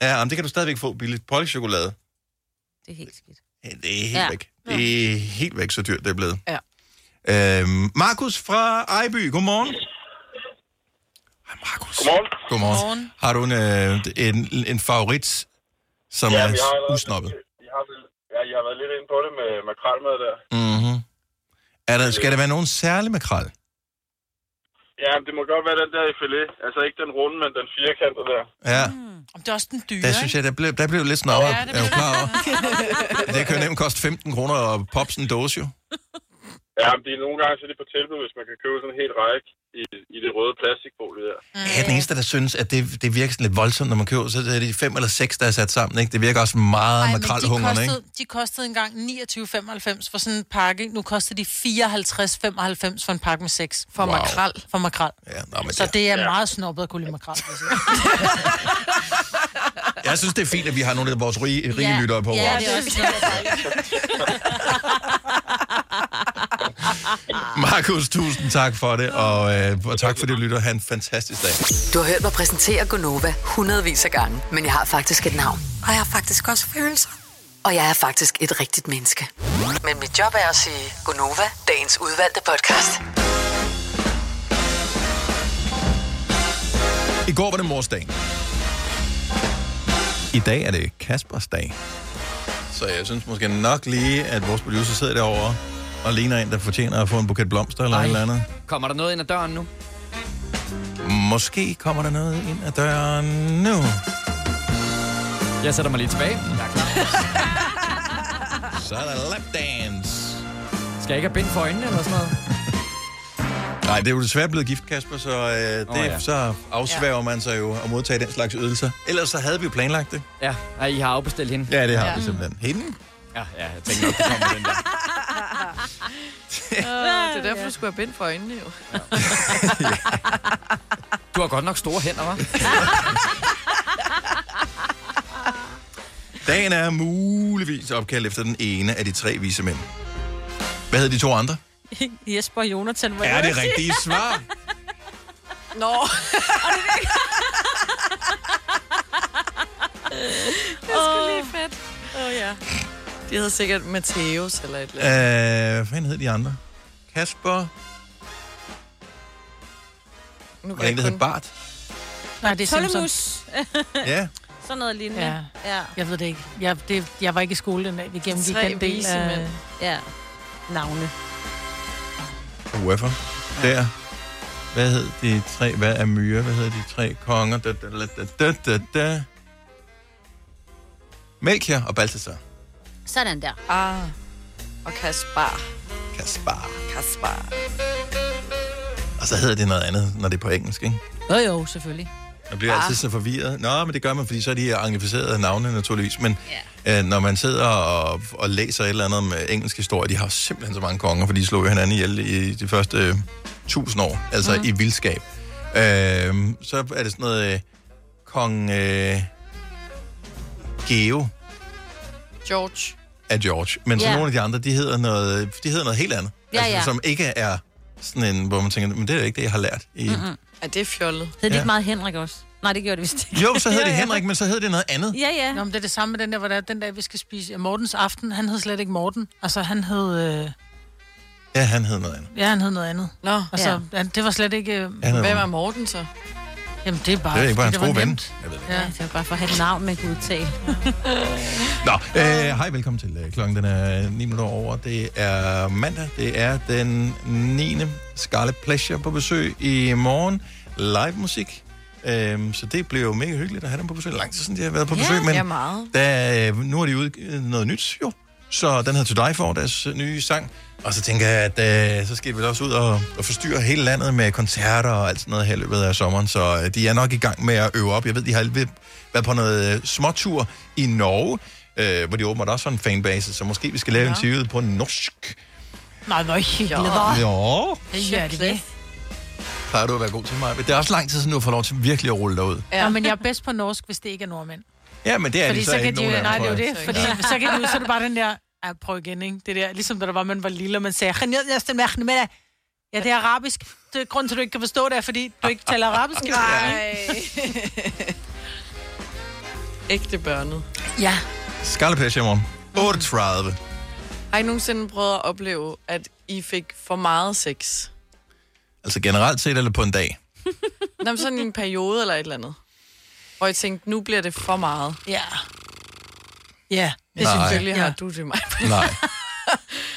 Speaker 3: der.
Speaker 1: Ja, men det kan du stadigvæk få billigt. Polkechokolade,
Speaker 4: Det er helt skidt.
Speaker 1: ja, det er helt
Speaker 4: Ja.
Speaker 1: ja. væk. Det er helt væk, så dyrt det er blevet.
Speaker 2: Ja.
Speaker 1: Øhm, Markus fra Ejby, godmorgen. Hej, Markus. Godmorgen. Godmorgen. Har du en, øh, en, en favorit, som
Speaker 18: Ja, vi
Speaker 1: ja,
Speaker 18: har
Speaker 1: er
Speaker 18: allerede-
Speaker 1: usnoppet?
Speaker 18: Jeg har, vel- ja, jeg har været lidt inde på det med makrelmad der.
Speaker 1: Mm-hmm. Er der, skal der være nogen særlig makrel?
Speaker 18: Ja, men det må godt være den der i filet. Altså ikke den runde, men den firkantede der.
Speaker 1: Ja,
Speaker 3: Om det er også den dyre,
Speaker 1: der synes jeg, der blev, der blev lidt snarere. Ja, er du klar over?
Speaker 3: ikke?
Speaker 1: *laughs* Det kan jo nemt koste 15 kroner og pops en dåse jo.
Speaker 3: Mm.
Speaker 18: Ja, men det er nogle gange så er det på tilbud, hvis man kan købe sådan en hel række i, i det røde plastikbolig der.
Speaker 1: Jeg er den eneste, der synes, at det, det virker sådan lidt voldsomt, når man køber, så er det fem eller seks, der er sat sammen, ikke? Det virker også meget
Speaker 3: men de
Speaker 1: makrelhungerne, ikke?
Speaker 3: kostede, de kostede engang 29,95 for sådan en pakke. Nu koster de 54,95 for en pakke med seks. For
Speaker 1: Wow. makrel.
Speaker 3: For makrel.
Speaker 1: Ja, nå, men
Speaker 3: så
Speaker 1: det-
Speaker 3: det er
Speaker 1: Ja.
Speaker 3: meget snobbet at kunne lide makrel. vil jeg sige.
Speaker 1: Jeg synes, det er fint, at vi har nogle af vores rige, rige
Speaker 3: Ja.
Speaker 1: lyttere på.
Speaker 3: Ja,
Speaker 1: vores.
Speaker 3: det er
Speaker 1: Markus, tusind tak for det, og, øh, og tak fordi du lytter. Ha' en fantastisk dag.
Speaker 5: Du har hørt mig præsentere Gonova hundredvis af gange, men jeg har faktisk et navn. Og jeg har faktisk også følelser. Og jeg er faktisk et rigtigt menneske. Men mit job er at sige Gonova, dagens udvalgte podcast.
Speaker 1: I går var det mors dag. I dag er det Kaspers dag. Så jeg synes måske nok lige, at vores producer sidder derovre og ligner en, der fortjener at få en buket blomster eller Ej. et eller andet.
Speaker 19: Kommer der noget ind ad døren nu?
Speaker 1: Måske kommer der noget ind ad døren nu.
Speaker 19: Jeg sætter mig lige tilbage.
Speaker 1: Så er der lapdance.
Speaker 19: Skal jeg ikke have bind for øjnene eller sådan noget?
Speaker 1: Nej, det er jo desværre blevet gift, Kasper, så, øh, det,
Speaker 19: Nå,
Speaker 1: oh,
Speaker 19: ja.
Speaker 1: ja. så afsværger ja. man sig jo at modtage den slags ydelser. Ellers så havde vi jo planlagt det.
Speaker 19: Ja, og I har afbestilt hende.
Speaker 1: Ja, det har ja. vi simpelthen. Hende?
Speaker 19: Ja, ja, jeg tænkte nok, det kom med den der.
Speaker 2: det er derfor, du skulle have bind for øjnene, jo.
Speaker 19: Du har godt nok store hænder, hva'?
Speaker 1: Dagen er muligvis opkaldt efter den ene af de tre vise mænd. Hvad hed de to andre?
Speaker 4: *laughs* Jesper og Jonathan, var
Speaker 1: Er det rigtige svar?
Speaker 2: Nå. det er sgu lige fedt. Åh, oh, ja. *laughs* De hedder sikkert Mateus eller et eller andet.
Speaker 1: Øh, hvad fanden hed de andre? Kasper...
Speaker 2: Nu
Speaker 1: Var det en, der hed Bart?
Speaker 3: Nej, det er
Speaker 4: Tollemus.
Speaker 1: Ja.
Speaker 4: Sådan noget lignende.
Speaker 3: Ja.
Speaker 4: ja.
Speaker 3: Jeg ved det ikke. Jeg, det, jeg var ikke i skole den dag. Vi gennemgik
Speaker 4: Tre
Speaker 3: den del
Speaker 4: vise
Speaker 3: af...
Speaker 4: mænd. Ja. Navne.
Speaker 1: Hvorfor? Der. Hvad hed de tre? Hvad er myre? Hvad hedder de tre konger? Da, da, da, da, da, da. Melchior og Balthasar.
Speaker 4: Sådan der.
Speaker 2: Ah. Og Kaspar.
Speaker 1: Kaspar.
Speaker 2: Kaspar.
Speaker 1: Og så hedder det noget andet, når det er på engelsk, ikke?
Speaker 4: Jo, jo, selvfølgelig.
Speaker 1: Man bliver ah. altid så forvirret. Nå, men det gør man, fordi så er de anglificerede navne naturligvis. Men yeah. øh, når man sidder og, og læser et eller andet om øh, engelsk historie, de har simpelthen så mange konger, for de slog jo hinanden ihjel i de første øh, tusind år, altså mm. i vildskab. Øh, så er det sådan noget øh, kong øh, Geo
Speaker 2: George.
Speaker 1: af George. Men så
Speaker 2: Ja.
Speaker 1: nogle af de andre, de hedder noget, de hedder noget helt andet. Altså,
Speaker 2: Ja, ja.
Speaker 1: Som ikke er sådan en, hvor man tænker, men det er da ikke det, jeg har lært i
Speaker 4: Mm-mm.
Speaker 2: Er det fjollet?
Speaker 4: Hed det
Speaker 1: Ja.
Speaker 4: ikke meget Henrik også? Nej, det gjorde det vist ikke.
Speaker 1: Jo, så hed det Henrik, men så hed det noget andet.
Speaker 4: Ja, ja.
Speaker 3: Nå, men det er det samme med den der, hvor der, er den dag, vi skal spise ja, Mortens aften. Han hed slet ikke Morten. Altså, han hed... Øh,
Speaker 1: Ja, han hed noget andet.
Speaker 3: ja, han hed noget andet.
Speaker 2: Nå,
Speaker 3: altså, ja. det var slet ikke... Øh,
Speaker 1: Han hed- Hvem er
Speaker 2: Morten så?
Speaker 3: Jamen, det er bare...
Speaker 1: Det er ikke bare hans
Speaker 3: fordi
Speaker 1: gode ven.
Speaker 3: nemt.
Speaker 1: Jeg ved det
Speaker 3: Ja.
Speaker 4: Det var bare for at have et navn, man kunne udtale.
Speaker 1: Nå, øh, hej, velkommen til. Øh, Klokken den er 9 minutter over. Det er mandag. Det er den 9. Scarlet Pleasure på besøg i morgen. Live musik. Øhm, så det bliver jo mega hyggeligt at have dem på besøg. Lang tid siden, de har været på
Speaker 2: Ja,
Speaker 1: besøg. men
Speaker 2: ja, meget.
Speaker 1: Der, øh, nu har de udgivet noget nyt, jo. Så den hedder To Die For, deres nye sang. Og så tænker jeg, at øh, så skal vi vel også ud og, og forstyrre hele landet med koncerter og alt sådan noget her i løbet af sommeren. Så øh, de er nok i gang med at øve op. Jeg ved, de har ved- været på noget øh, småtur i Norge, øh, hvor de åbenbart også har en fanbase. Så måske vi skal lave
Speaker 3: Ja.
Speaker 1: ja. interviewet på norsk.
Speaker 3: Nej, hvor hyggeligt, hva'?
Speaker 1: Ja.
Speaker 3: Ja, det er det.
Speaker 1: Plejer du at være god til mig? Det er også lang tid siden, du har fået lov til virkelig at rulle dig ud.
Speaker 3: Ja. Nå, men jeg er bedst på norsk, hvis det ikke er nordmænd.
Speaker 1: Ja, men det er
Speaker 3: fordi
Speaker 1: de så,
Speaker 3: så
Speaker 1: ikke
Speaker 3: kan de,
Speaker 1: nogen
Speaker 3: jo-
Speaker 1: af
Speaker 3: Nej,
Speaker 1: dem,
Speaker 3: det er jo
Speaker 1: tror
Speaker 3: det.
Speaker 1: jeg.
Speaker 3: Fordi
Speaker 1: Ja.
Speaker 3: så kan de jo, så er det bare den der, ja, prøv igen, ikke? Det der, ligesom da der var, man var lille, og man sagde, "Kan jeg- jeg stemmer, jeg stemmer." ja, det er arabisk. Det er grunden til, at du ikke kan forstå det, er, fordi du ikke taler arabisk.
Speaker 2: Nej. *laughs* Ægte børnet.
Speaker 3: Ja.
Speaker 1: Skarlepage i morgen. 38.
Speaker 2: Har I nogensinde prøvet at opleve, at I fik for meget sex?
Speaker 1: Altså generelt set eller på en
Speaker 3: *laughs*
Speaker 1: dag?
Speaker 2: Nå, men sådan i en periode eller et eller andet. Hvor I tænkte, nu bliver det for meget.
Speaker 3: Ja. Ja.
Speaker 2: Det
Speaker 1: Nej.
Speaker 2: selvfølgelig
Speaker 1: Ja.
Speaker 2: har du det mig.
Speaker 1: Nej.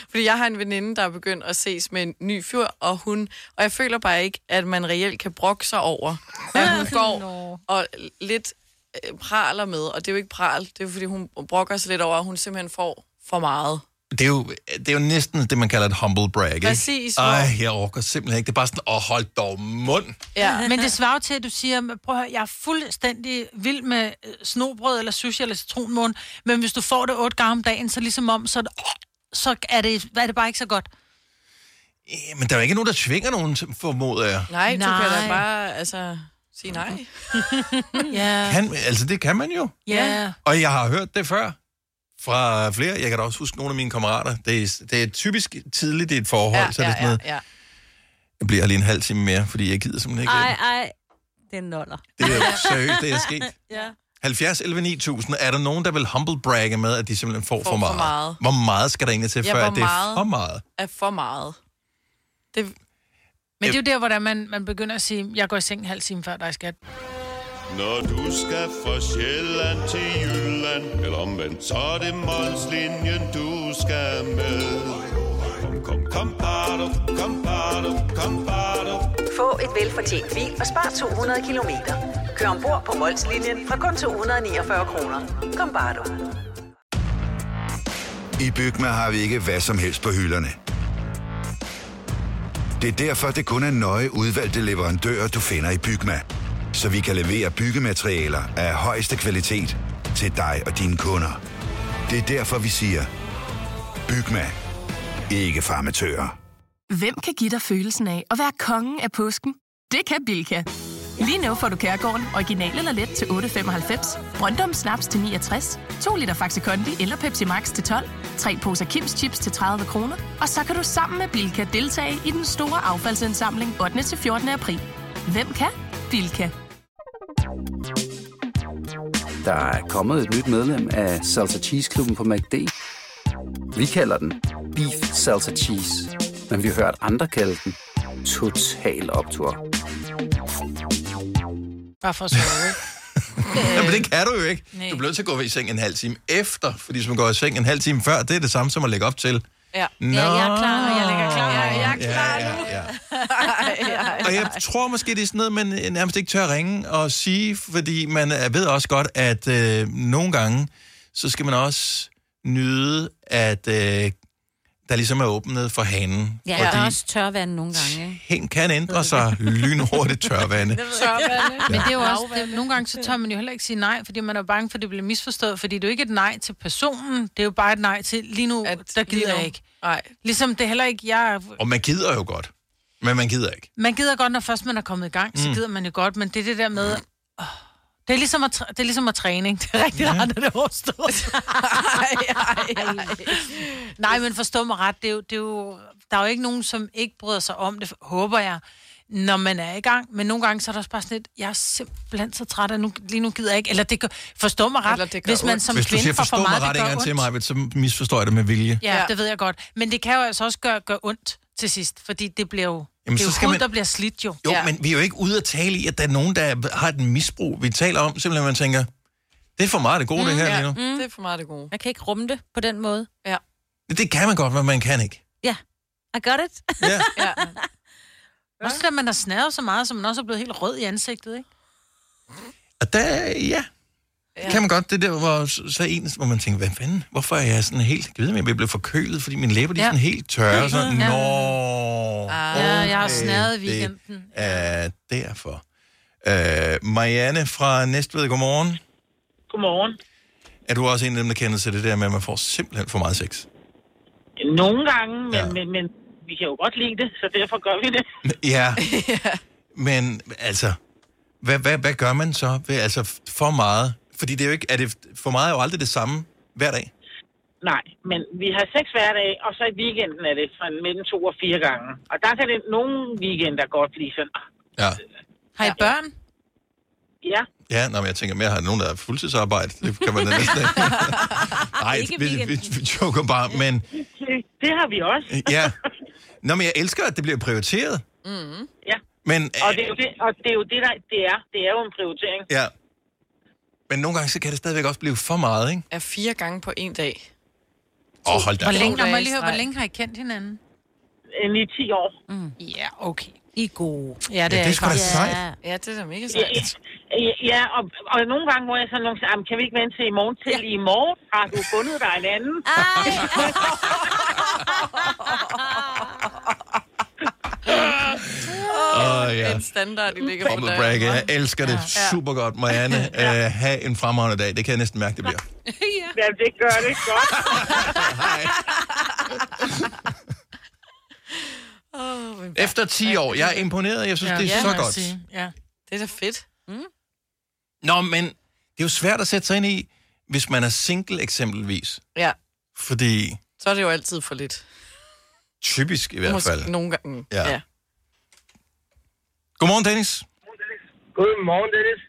Speaker 2: Fordi jeg har en veninde, der er begyndt at ses med en ny fyr, og hun... Og jeg føler bare ikke, at man reelt kan brokke sig over, at *laughs* hun går og lidt øh, praler med. Og det er jo ikke pral, det er jo fordi, hun brokker sig lidt over, at hun simpelthen får for meget.
Speaker 1: Det er, jo, det er jo næsten det, man kalder et humble brag, ikke?
Speaker 2: Præcis, hvor-
Speaker 1: Ej, jeg orker simpelthen ikke. Det er bare sådan, åh, oh, hold dog mund.
Speaker 3: Ja.
Speaker 2: *laughs*
Speaker 3: Men det svarer jo til, at du siger, "Men prøv at høre, jeg er fuldstændig vild med øh, snobrød eller sushi eller citronmåne, men hvis du får det otte gange om dagen, så ligesom om, så, er det- så er, det, er det bare ikke så godt.
Speaker 1: Ja, Men der er jo ikke nogen, der tvinger nogen, til- formoder jeg.
Speaker 2: Nej, nej. du kan
Speaker 3: Nej.
Speaker 2: da bare altså, sige nej.
Speaker 3: ja.
Speaker 1: Kan, altså, det kan man jo.
Speaker 2: Ja.
Speaker 1: Og jeg har hørt det før fra flere. Jeg kan da også huske nogle af mine kammerater. Det er, det er typisk tidligt i et forhold, ja, så er det sådan noget,
Speaker 2: ja.
Speaker 1: jeg bliver her lige en halv time mere, fordi jeg gider simpelthen ikke.
Speaker 4: Ej, ej. Den noller.
Speaker 1: Det er jo seriøst, det er
Speaker 2: *laughs*
Speaker 1: sket.
Speaker 4: Ja.
Speaker 1: 70, 11, 9000. Er der nogen, der vil humble bragge med, at de simpelthen får,
Speaker 2: Får
Speaker 1: for,
Speaker 2: for
Speaker 1: meget?
Speaker 2: meget.
Speaker 1: Hvor meget skal der egentlig til,
Speaker 2: Ja,
Speaker 1: før
Speaker 2: hvor
Speaker 1: at det er
Speaker 2: meget?
Speaker 1: for meget?
Speaker 2: Er for meget. *laughs* Det,
Speaker 3: Men det er jo der, hvor der man, man begynder at sige, jeg går i seng en halv time før dig, skat.
Speaker 14: Når du skal fra Sjælland til Jylland, eller omvendt, så er det Molslinjen, du skal med. Kom, kom, kom, bado, kom, bado, kom, bado.
Speaker 15: Få et velfortjent bil og spar 200 kilometer. Kør ombord på Molslinjen fra kun 249 kroner. Kom bare du.
Speaker 13: I Bygma har vi ikke hvad som helst på hylderne. Det er derfor, det kun er nøje udvalgte leverandører, du finder i Bygma. Så vi kan levere byggematerialer af højeste kvalitet til dig og dine kunder. Det er derfor, vi siger, Bygma. Ikke farmatører.
Speaker 6: Hvem kan give dig følelsen af at være kongen af påsken? Det kan Bilka! Lige nu får du Kærgården original eller let til 8.95, Brøndum Snaps til 69, 2 liter Faxi Kondi eller Pepsi Max til 12, tre poser Kims Chips til 30 kroner, og så kan du sammen med Bilka deltage i den store affaldsindsamling 8. til 14. april. Hvem kan? Bilka.
Speaker 16: Der er kommet et nyt medlem af Salsa Cheese Klubben på MACD. Vi kalder den Beef Salsa Cheese, men vi har hørt andre kalde den Total Optor.
Speaker 3: Bare for at sove, ikke?
Speaker 4: Øh,
Speaker 1: Jamen, det kan du jo ikke.
Speaker 3: Nej.
Speaker 1: Du bliver nødt til at gå i seng en halv time efter, fordi hvis man går i seng en halv time før, det er det samme som at lægge op til.
Speaker 2: Ja.
Speaker 1: Nå.
Speaker 4: Ja, jeg er klar, og jeg ligger klar.
Speaker 2: Ja, jeg er klar
Speaker 1: Ja,
Speaker 2: nu.
Speaker 1: ja, ja.
Speaker 2: Ej, ej,
Speaker 1: Og
Speaker 4: *laughs*
Speaker 1: jeg tror måske, det er sådan noget, man øh, nærmest ikke tør ringe og sige, fordi man øh, ved også godt, at øh, nogle gange, så skal man også nyde, at øh, der ligesom er åbnet for hanen.
Speaker 4: Ja, der er
Speaker 1: fordi
Speaker 4: også tørvand nogle gange. ikke?
Speaker 1: hen kan ændre sig lynhurtigt
Speaker 4: *laughs*
Speaker 1: tørvande.
Speaker 3: Men det er jo også, det, nogle gange så tør man jo heller ikke sige nej, fordi man er bange for, at det bliver misforstået, fordi det er jo ikke et nej til personen, det er jo bare et nej til, lige nu, at der gider
Speaker 2: lige nu.
Speaker 3: jeg ikke.
Speaker 2: Nej.
Speaker 3: Ligesom det er heller ikke, jeg er
Speaker 1: Og man gider jo godt, men man gider ikke.
Speaker 3: Man gider godt, når først man er kommet i gang, så
Speaker 1: Mm.
Speaker 3: gider man jo godt, men det er det der med... Oh, det, er ligesom at, træ- det er ligesom at træne, ikke? Det er rigtig ja. rart, at det er
Speaker 1: *laughs*
Speaker 3: overstået. Nej, men forstå mig ret, det er, jo, det er jo, der er jo ikke nogen, som ikke bryder sig om det, håber jeg, når man er i gang. Men nogle gange, så er der også bare sådan lidt, jeg er simpelthen så træt, at nu, lige nu gider jeg ikke. Eller det gør, forstå mig ret, det hvis man som
Speaker 1: Hvis du
Speaker 3: kvinde
Speaker 1: siger,
Speaker 3: får
Speaker 1: forstå
Speaker 3: for
Speaker 1: mig
Speaker 3: meget,
Speaker 1: ret
Speaker 3: det
Speaker 1: en
Speaker 3: gør
Speaker 1: gang til
Speaker 3: ondt."
Speaker 1: mig, så misforstår jeg det med vilje.
Speaker 3: Ja, det ved jeg godt. Men det kan jo altså også gøre, gøre ondt til sidst, fordi det bliver jo,
Speaker 1: Jamen,
Speaker 3: det er
Speaker 1: så
Speaker 3: jo
Speaker 1: skal
Speaker 3: hud,
Speaker 1: man-
Speaker 3: der bliver slidt jo.
Speaker 1: Jo, ja. men vi er jo ikke ude at tale i, at der er nogen, der har et misbrug. Vi taler om simpelthen, at man tænker, det er for meget det gode, mm, det her
Speaker 4: ja.
Speaker 1: lige nu.
Speaker 4: Mm.
Speaker 2: Det er for meget det gode.
Speaker 4: Man kan ikke rumme det på den måde.
Speaker 2: Ja.
Speaker 1: Men Det kan man godt, men man kan
Speaker 3: *laughs*
Speaker 1: ikke.
Speaker 4: Ja. I got it.
Speaker 1: Ja.
Speaker 2: ja.
Speaker 3: Også da man har snæret så meget, så man også er blevet helt rød i ansigtet, ikke?
Speaker 1: Og der, ja. Det kan man godt. Det er der, hvor så- så en, hvor man tænker, hvad fanden? Hvorfor er jeg sådan helt... Jeg ved, om jeg blev forkølet, fordi mine læber de er
Speaker 3: Ja.
Speaker 1: sådan helt tørre. Og sådan,
Speaker 3: Ja.
Speaker 1: Nå,
Speaker 3: Ah, ja, jeg har
Speaker 1: okay,
Speaker 3: snadet i
Speaker 1: det
Speaker 3: weekenden."
Speaker 1: er derfor. Uh, Marianne fra Næstved, godmorgen.
Speaker 20: Godmorgen.
Speaker 1: Er du også en af dem, der kender til det der med, at man får simpelthen for meget sex?
Speaker 20: Nogle gange, men, ja. men, men vi kan jo godt lide det, så derfor gør vi det.
Speaker 1: Ja. Men altså, hvad, hvad, hvad gør man så? Ved, altså, f- for meget? Fordi det er jo ikke, er det, for meget er jo aldrig det samme hver dag.
Speaker 20: Nej, men vi har sex hver dag, og så i weekenden er det fra mellem to og fire gange. Og der kan det nogle weekender godt blive sådan.
Speaker 1: Ja.
Speaker 20: Har I børn? Ja.
Speaker 1: Ja, nå, men jeg tænker mere, har nogen, der er fuldtidsarbejde? Det kan man da næsten ikke. Nej, vi, vi, vi joker bare, men
Speaker 20: Det- Det har vi også.
Speaker 1: ja. Nå, men jeg elsker, at det bliver prioriteret.
Speaker 20: Mm. Ja.
Speaker 1: Men,
Speaker 20: Og det, er jo det, og det er jo det, der det er. Det er jo en prioritering.
Speaker 1: ja. men nogle gange, så kan det stadigvæk også blive for meget, ikke?
Speaker 2: Er fire gange på en dag.
Speaker 1: Åh, oh, hold da.
Speaker 3: Hvor
Speaker 1: op.
Speaker 3: længe, når man lige hører,
Speaker 2: streg.
Speaker 3: hvor længe har I kendt hinanden?
Speaker 20: I 10 år.
Speaker 3: Mm. Ja, okay.
Speaker 4: I er gode.
Speaker 3: Ja, det,
Speaker 20: det er
Speaker 3: I
Speaker 20: sgu da
Speaker 3: faktisk.
Speaker 20: sejt.
Speaker 3: Ja.
Speaker 2: Ja, det er da mega
Speaker 20: Ja,
Speaker 2: sejt.
Speaker 20: ja, ja og, og nogle gange må jeg sådan nogle sige, "Jamen, kan vi ikke vente til i morgen til ja. i morgen? Har du fundet dig en anden?
Speaker 1: Åh,
Speaker 2: Åh,
Speaker 1: ja.
Speaker 2: En standard, I ligger på
Speaker 1: Bubble
Speaker 2: der.
Speaker 1: brag, jeg elsker det
Speaker 2: Ja.
Speaker 1: super godt,
Speaker 2: *laughs*
Speaker 1: Marianne. ja. uh, ha' en fremragende dag. Det kan jeg næsten mærke, det bliver.
Speaker 20: ja. Jamen, det gør det godt.
Speaker 2: *laughs* Åh, men-
Speaker 1: Efter 10 år. Jeg er imponeret. Jeg synes, ja, det er
Speaker 2: ja,
Speaker 1: så
Speaker 2: må jeg
Speaker 1: godt.
Speaker 2: sige.
Speaker 3: Ja.
Speaker 2: Det er da fedt. Mm.
Speaker 1: Nå, men det er jo svært at sætte sig ind i, hvis man er single eksempelvis.
Speaker 2: Ja,
Speaker 1: Fordi
Speaker 2: så er det jo altid for lidt.
Speaker 1: typisk i hvert
Speaker 2: Måske
Speaker 1: fald.
Speaker 2: Nogle gange,
Speaker 1: Ja.
Speaker 2: ja.
Speaker 1: Godmorgen, Dennis.
Speaker 21: Godmorgen, Dennis.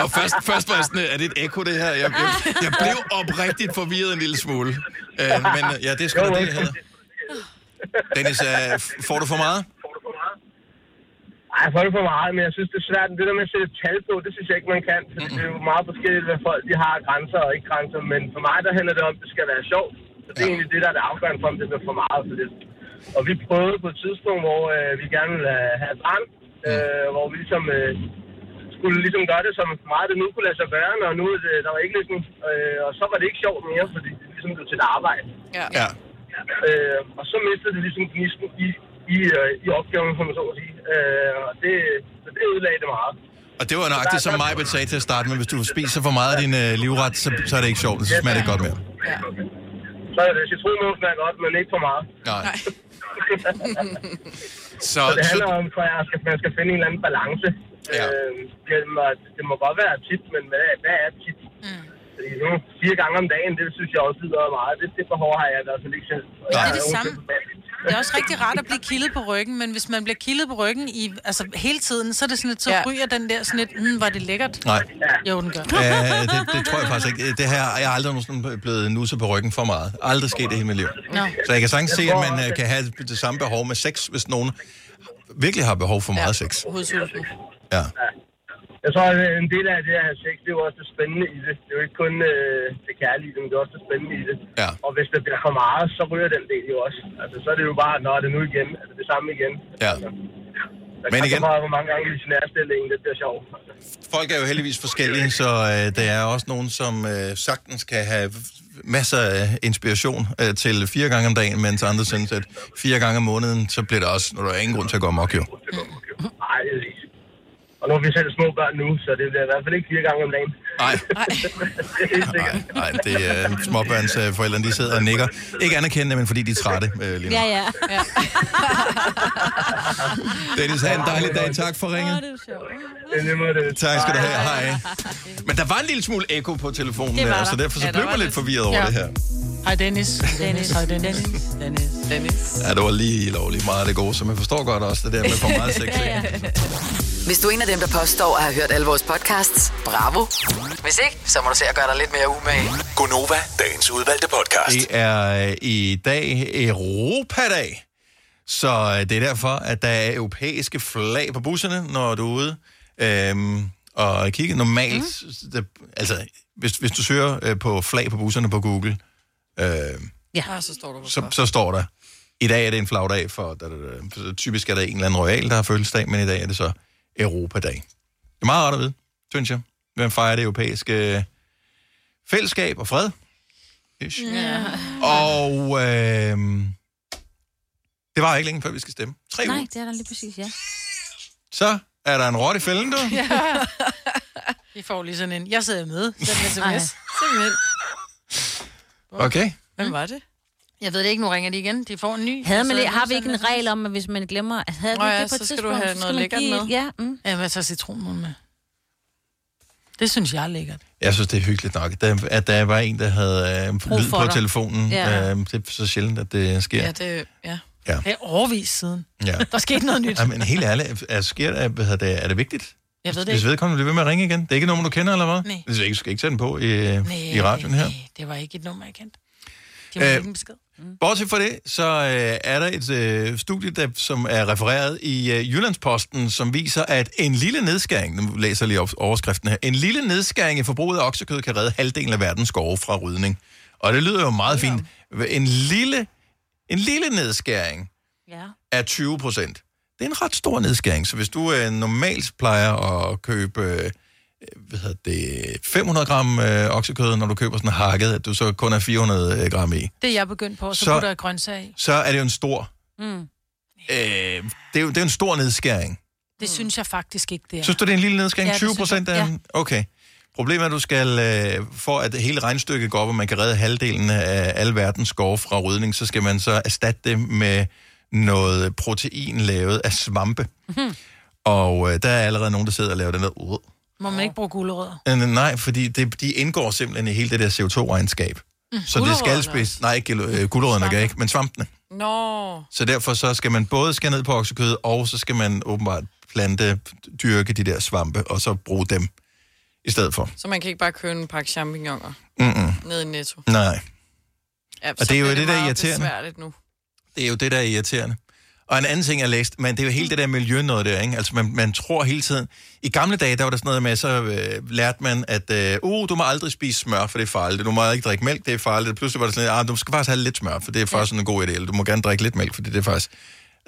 Speaker 1: Og først, først var jeg sådan, er det et ekko, det her? Jeg, jeg, jeg blev oprigtigt forvirret en lille smule. Uh, men øh, ja, det er sgu da det, det hedder. Dennis, øh, f- får du for meget?
Speaker 21: Ej, jeg får det for meget, men jeg synes, det er svært. Det der med at sætte tal på, det synes jeg ikke, man kan. Fordi det er jo meget forskelligt, hvad folk de har af grænser og ikke grænser. Men for mig, der handler det om, at det skal være sjovt. Så det er egentlig det, der er det afgørende for, om det bliver for meget for lidt. Og vi prøvede på et tidspunkt, hvor øh, vi gerne ville have- have et barn. Øh, hvor vi ligesom, øh, skulle ligesom gøre det, som meget det nu kunne lade sig gøre, når nu øh, der var ikke ligesom, øh, og så var det ikke sjovt mere, fordi det ligesom blev til et arbejde.
Speaker 2: Ja.
Speaker 1: ja.
Speaker 21: Øh, og så mistede det ligesom gnisten i, i, øh, i opgaven, som man så må sige. Øh, og det, så det ødelagde det meget.
Speaker 1: Og det var nøjagtigt, som mig sagde til at starte med. Hvis du spiser for meget af din øh, livret, så, så er det ikke sjovt. Så smager det ikke godt mere.
Speaker 21: Så er det citronmosen er godt, men ikke for meget.
Speaker 1: Nej.
Speaker 21: så,
Speaker 1: Så-
Speaker 21: så det
Speaker 1: så-
Speaker 21: handler om, tror jeg, at man skal finde en eller anden balance. Ja. Øh, det, må, det må godt være tit, men hvad, er- hvad er tit? Mm. Fordi nu fire gange om dagen, det synes jeg også lyder meget. Det, det behov har jeg i hvert fald ikke selv. Og
Speaker 3: Det er
Speaker 21: jeg
Speaker 3: det
Speaker 21: jo-
Speaker 3: samme. Det er også rigtig rart at blive kildet på ryggen, men hvis man bliver kildet på ryggen i, altså, hele tiden, så er det sådan lidt, så ja. ryger den der sådan lidt, mm, var det lækkert?
Speaker 1: Nej.
Speaker 3: Jo, den gør.
Speaker 1: Ja, det, det tror jeg faktisk ikke. Det her jeg er jeg aldrig nogensinde blevet nusset på ryggen for meget. Aldrig sket i hele mit liv.
Speaker 3: Nå.
Speaker 1: Så jeg kan sagtens se, at man øh, kan have det samme behov med sex, hvis nogen virkelig har behov for meget sex.
Speaker 3: Hovedsulten.
Speaker 1: Ja.
Speaker 21: Jeg tror, at øh, en del af det at have sex, det er jo også det spændende i det. Det er jo ikke kun øh, det kærlige, men det er også det spændende i det.
Speaker 1: Ja.
Speaker 21: Og hvis det bliver for meget, så ryger den del jo også. Altså, så er det jo bare, når det er nu igen, er det det samme igen.
Speaker 1: Ja.
Speaker 21: Der
Speaker 1: Men
Speaker 21: men
Speaker 1: igen-
Speaker 21: igen... Meget, hvor mange gange i snærstillingen, det bliver sjovt.
Speaker 1: Folk er jo heldigvis forskellige, så øh, der er også nogen, som øh, sagtens kan have masser af inspiration øh, til fire gange om dagen, mens andre synes, at fire gange om måneden, så bliver der også, når der er ingen grund til at gå amok, jo.
Speaker 21: Nej, det er lige. Og nu er vi selv små børn nu, så det bliver i hvert fald ikke fire gange om dagen.
Speaker 1: Nej.
Speaker 21: det er helt sikkert.
Speaker 1: Nej, det er øh, småbørns øh, forældrene, de sidder og nikker. Ikke anerkendende, men fordi de er trætte øh, lige nu.
Speaker 4: Ja, ja. ja.
Speaker 1: Dennis, have en dejlig dag. Tak for ringet. Tak skal du have. Hej. Men der var en lille smule ekko på telefonen
Speaker 3: Det var
Speaker 1: der,
Speaker 3: der.
Speaker 1: så derfor så
Speaker 3: Ja, der
Speaker 1: blev
Speaker 3: var
Speaker 1: man lidt
Speaker 3: lidt.
Speaker 1: forvirret over
Speaker 3: Ja.
Speaker 1: det her.
Speaker 3: Hej Dennis. Dennis. Hej Dennis. Dennis.
Speaker 2: Dennis.
Speaker 1: Ja, det var lige lovligt meget af det gode, så man forstår godt også det der med for
Speaker 3: *laughs*
Speaker 1: meget sex.
Speaker 5: Ja, ja. Hvis du er en af dem, der påstår at have hørt alle vores podcasts, bravo. Hvis ikke, så må du se at gøre dig lidt mere umage.
Speaker 22: Gonova, dagens udvalgte podcast.
Speaker 1: Det er øh, i dag Europadag. Så øh, det er derfor, at der er europæiske flag på busserne, når du er ude øhm, og kigger. Normalt, mm. det, altså, hvis, hvis du søger øh, på flag på busserne på Google, øh,
Speaker 2: Ja. Og så står du på
Speaker 1: så, så står der, i dag er det en flagdag for, da, da, da, så typisk er der en eller anden royal, der har fødselsdag, men i dag er det så Europadag. Det er meget rart at vide, synes jeg. man fejrer det europæiske øh, fællesskab og fred. Ish.
Speaker 4: Ja.
Speaker 1: Og øh, det var ikke længe før, vi skal stemme. Tre uger.
Speaker 4: Nej, det er der lige præcis, ja.
Speaker 1: Så er der en rotte i fælden, du.
Speaker 3: Ja. I får lige sådan en, jeg sidder med, sådan en
Speaker 2: Ej,
Speaker 3: sms. Simpelthen.
Speaker 1: Okay.
Speaker 3: Hvem var det? Jeg ved det ikke, nu ringer de igen. De får en ny.
Speaker 4: Havde man
Speaker 3: Så
Speaker 4: det, har vi
Speaker 3: nu
Speaker 4: ikke
Speaker 3: sådan
Speaker 4: en regel om, at hvis man glemmer... Havde
Speaker 3: Nå
Speaker 4: vi ikke
Speaker 3: ja,
Speaker 4: det på et
Speaker 3: så skal du
Speaker 4: tidspunkt,
Speaker 3: have
Speaker 4: man
Speaker 3: noget lækkert
Speaker 4: give-
Speaker 3: med.
Speaker 4: Ja, mm.
Speaker 3: Ja, hvad tager citronmål med? Det synes jeg er lækkert.
Speaker 1: Jeg synes, det er hyggeligt nok, at der, at der var en, der havde øh,
Speaker 3: Brug
Speaker 1: lyd
Speaker 3: for
Speaker 1: på
Speaker 3: dig.
Speaker 1: telefonen.
Speaker 3: Ja.
Speaker 1: Ja. Øh, det er så sjældent, at det sker.
Speaker 3: Ja, det, ja.
Speaker 1: Ja.
Speaker 3: det er overvis siden.
Speaker 1: Ja.
Speaker 3: Der skete noget nyt.
Speaker 1: Ja, men helt ærligt, er, sker, er, hvad hedder det, er det vigtigt?
Speaker 3: Jeg ved det
Speaker 1: Hvis
Speaker 3: ikke.
Speaker 1: vedkommende bliver ved med at ringe igen. Det er ikke nogen, du kender, eller hvad?
Speaker 3: Nej.
Speaker 1: Det er ikke, du skal ikke tage den på i,
Speaker 3: Nej,
Speaker 1: i radioen her.
Speaker 3: Det var ikke et nummer, jeg kendte. Det var
Speaker 1: Øh,
Speaker 3: ikke en besked.
Speaker 1: Bortset fra det, så øh, er der et øh, studie, der, som er refereret i øh, Jyllandsposten, som viser, at en lille nedskæring, nu læser jeg lige op, overskriften her, en lille nedskæring i forbruget af oksekød kan redde halvdelen af verdens skove fra rydning. Og det lyder jo meget fint. En lille, en lille nedskæring
Speaker 4: Ja.
Speaker 1: er 20 procent. Det er en ret stor nedskæring, så hvis du øh, normalt plejer at købe øh, hvad hedder det, 500 gram øh, oksekød, når du køber sådan hakket, at du så kun har 400 øh, gram i,
Speaker 3: Det er jeg begyndt på, så,
Speaker 1: Så-
Speaker 3: så... putter jeg grøntsager i.
Speaker 1: så er det jo en stor
Speaker 3: Mm.
Speaker 1: Øh, det, er jo, det er jo en stor nedskæring.
Speaker 3: Det synes jeg faktisk ikke, det er.
Speaker 1: Synes du, det er en lille nedskæring?
Speaker 3: Ja, det
Speaker 1: 20
Speaker 3: synes jeg.
Speaker 1: procent af en? Okay. Problemet er, at du skal, øh, for at hele regnstykket går op, og man kan redde halvdelen af alle verdens skove fra rydning, så skal man så erstatte det med noget protein lavet af svampe.
Speaker 3: Mhm.
Speaker 1: Og øh, der er allerede nogen, der sidder og laver den der ud.
Speaker 3: Må man ikke bruge gulerødder?
Speaker 1: Øh, Nej, fordi det, de indgår simpelthen i hele det der CO2-regnskab.
Speaker 3: Mm.
Speaker 1: Så det skal spise... Nej, ikke gul- øh, gulerødderne, kan jeg ikke, men svampene.
Speaker 2: Nå.
Speaker 1: Så derfor så skal man både skære ned på oksekød, og så skal man åbenbart plante, dyrke de der svampe, og så bruge dem i stedet for.
Speaker 2: Så man kan ikke bare købe en pakke champignoner
Speaker 1: Mm-mm.
Speaker 2: ned i Netto.
Speaker 1: Nej,
Speaker 2: Ja,
Speaker 1: Og
Speaker 2: så
Speaker 1: det er jo
Speaker 2: bliver
Speaker 1: det, der er
Speaker 2: meget
Speaker 1: irriterende.
Speaker 2: besværligt nu.
Speaker 1: det er jo det, der er irriterende. Og en anden ting, jeg læste, men det er jo hele det der miljø noget der, ikke? Altså, man, man tror hele tiden... I gamle dage, der var der sådan noget med, så øh, lærte man, at øh, uh, du må aldrig spise smør, for det er farligt. Du må ikke drikke mælk, det er farligt. Pludselig var det sådan, at du skal faktisk have lidt smør, for det er faktisk en god idé. Eller du må gerne drikke lidt mælk, for det er faktisk...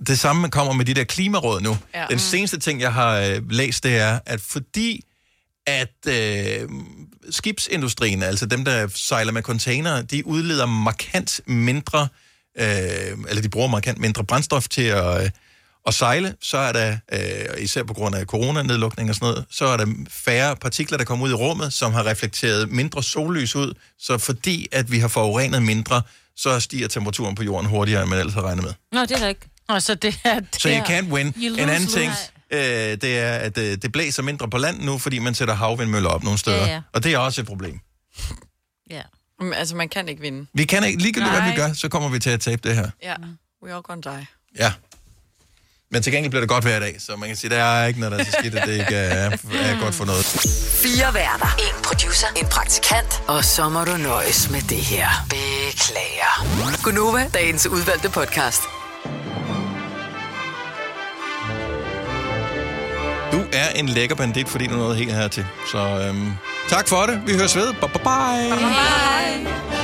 Speaker 1: Det samme man kommer med de der klimaråd nu.
Speaker 7: Ja.
Speaker 1: Ja. Den seneste ting, jeg har øh, læst, det er, at fordi at øh, skibsindustrien, altså dem, der sejler med containere, de udleder markant mindre, øh, eller de bruger markant mindre brændstof til at, øh, at sejle. Så er der, øh, især på grund af coronanedlukning og sådan noget, så er der færre partikler, der kommer ud i rummet, som har reflekteret mindre sollys ud. Så fordi, at vi har forurenet mindre, så stiger temperaturen på jorden hurtigere, end man ellers havde regnet med.
Speaker 4: Nå, det er der ikke.
Speaker 3: Nå, så det er... Det
Speaker 1: Så
Speaker 3: er-
Speaker 1: you can't win.
Speaker 3: You
Speaker 1: En
Speaker 3: lose,
Speaker 1: anden
Speaker 3: lose.
Speaker 1: ting, øh, det er, at øh, det blæser mindre på land nu, fordi man sætter havvindmøller op nogle steder.
Speaker 2: Ja, ja.
Speaker 1: Og det er også et problem.
Speaker 4: Ja.
Speaker 2: Men, altså, man kan ikke vinde.
Speaker 1: Vi kan ikke, ligegyldigt hvad vi
Speaker 2: Nej.
Speaker 1: gør, så kommer vi til at tabe det her.
Speaker 2: Ja, we all gonna die.
Speaker 1: Ja. Men til gengæld bliver det godt hver dag, så man kan sige, der er ikke noget, der er så skidt, at det ikke er, er godt for noget.
Speaker 5: Fire værter. En producer. En praktikant. Og så må du nøjes med det her. Beklager. Gunova, dagens udvalgte podcast.
Speaker 1: Du er en lækker bandit, fordi du nåede helt hertil. Så øhm, tak for det. Vi høres ved. Bye bye. bye.
Speaker 7: Bye.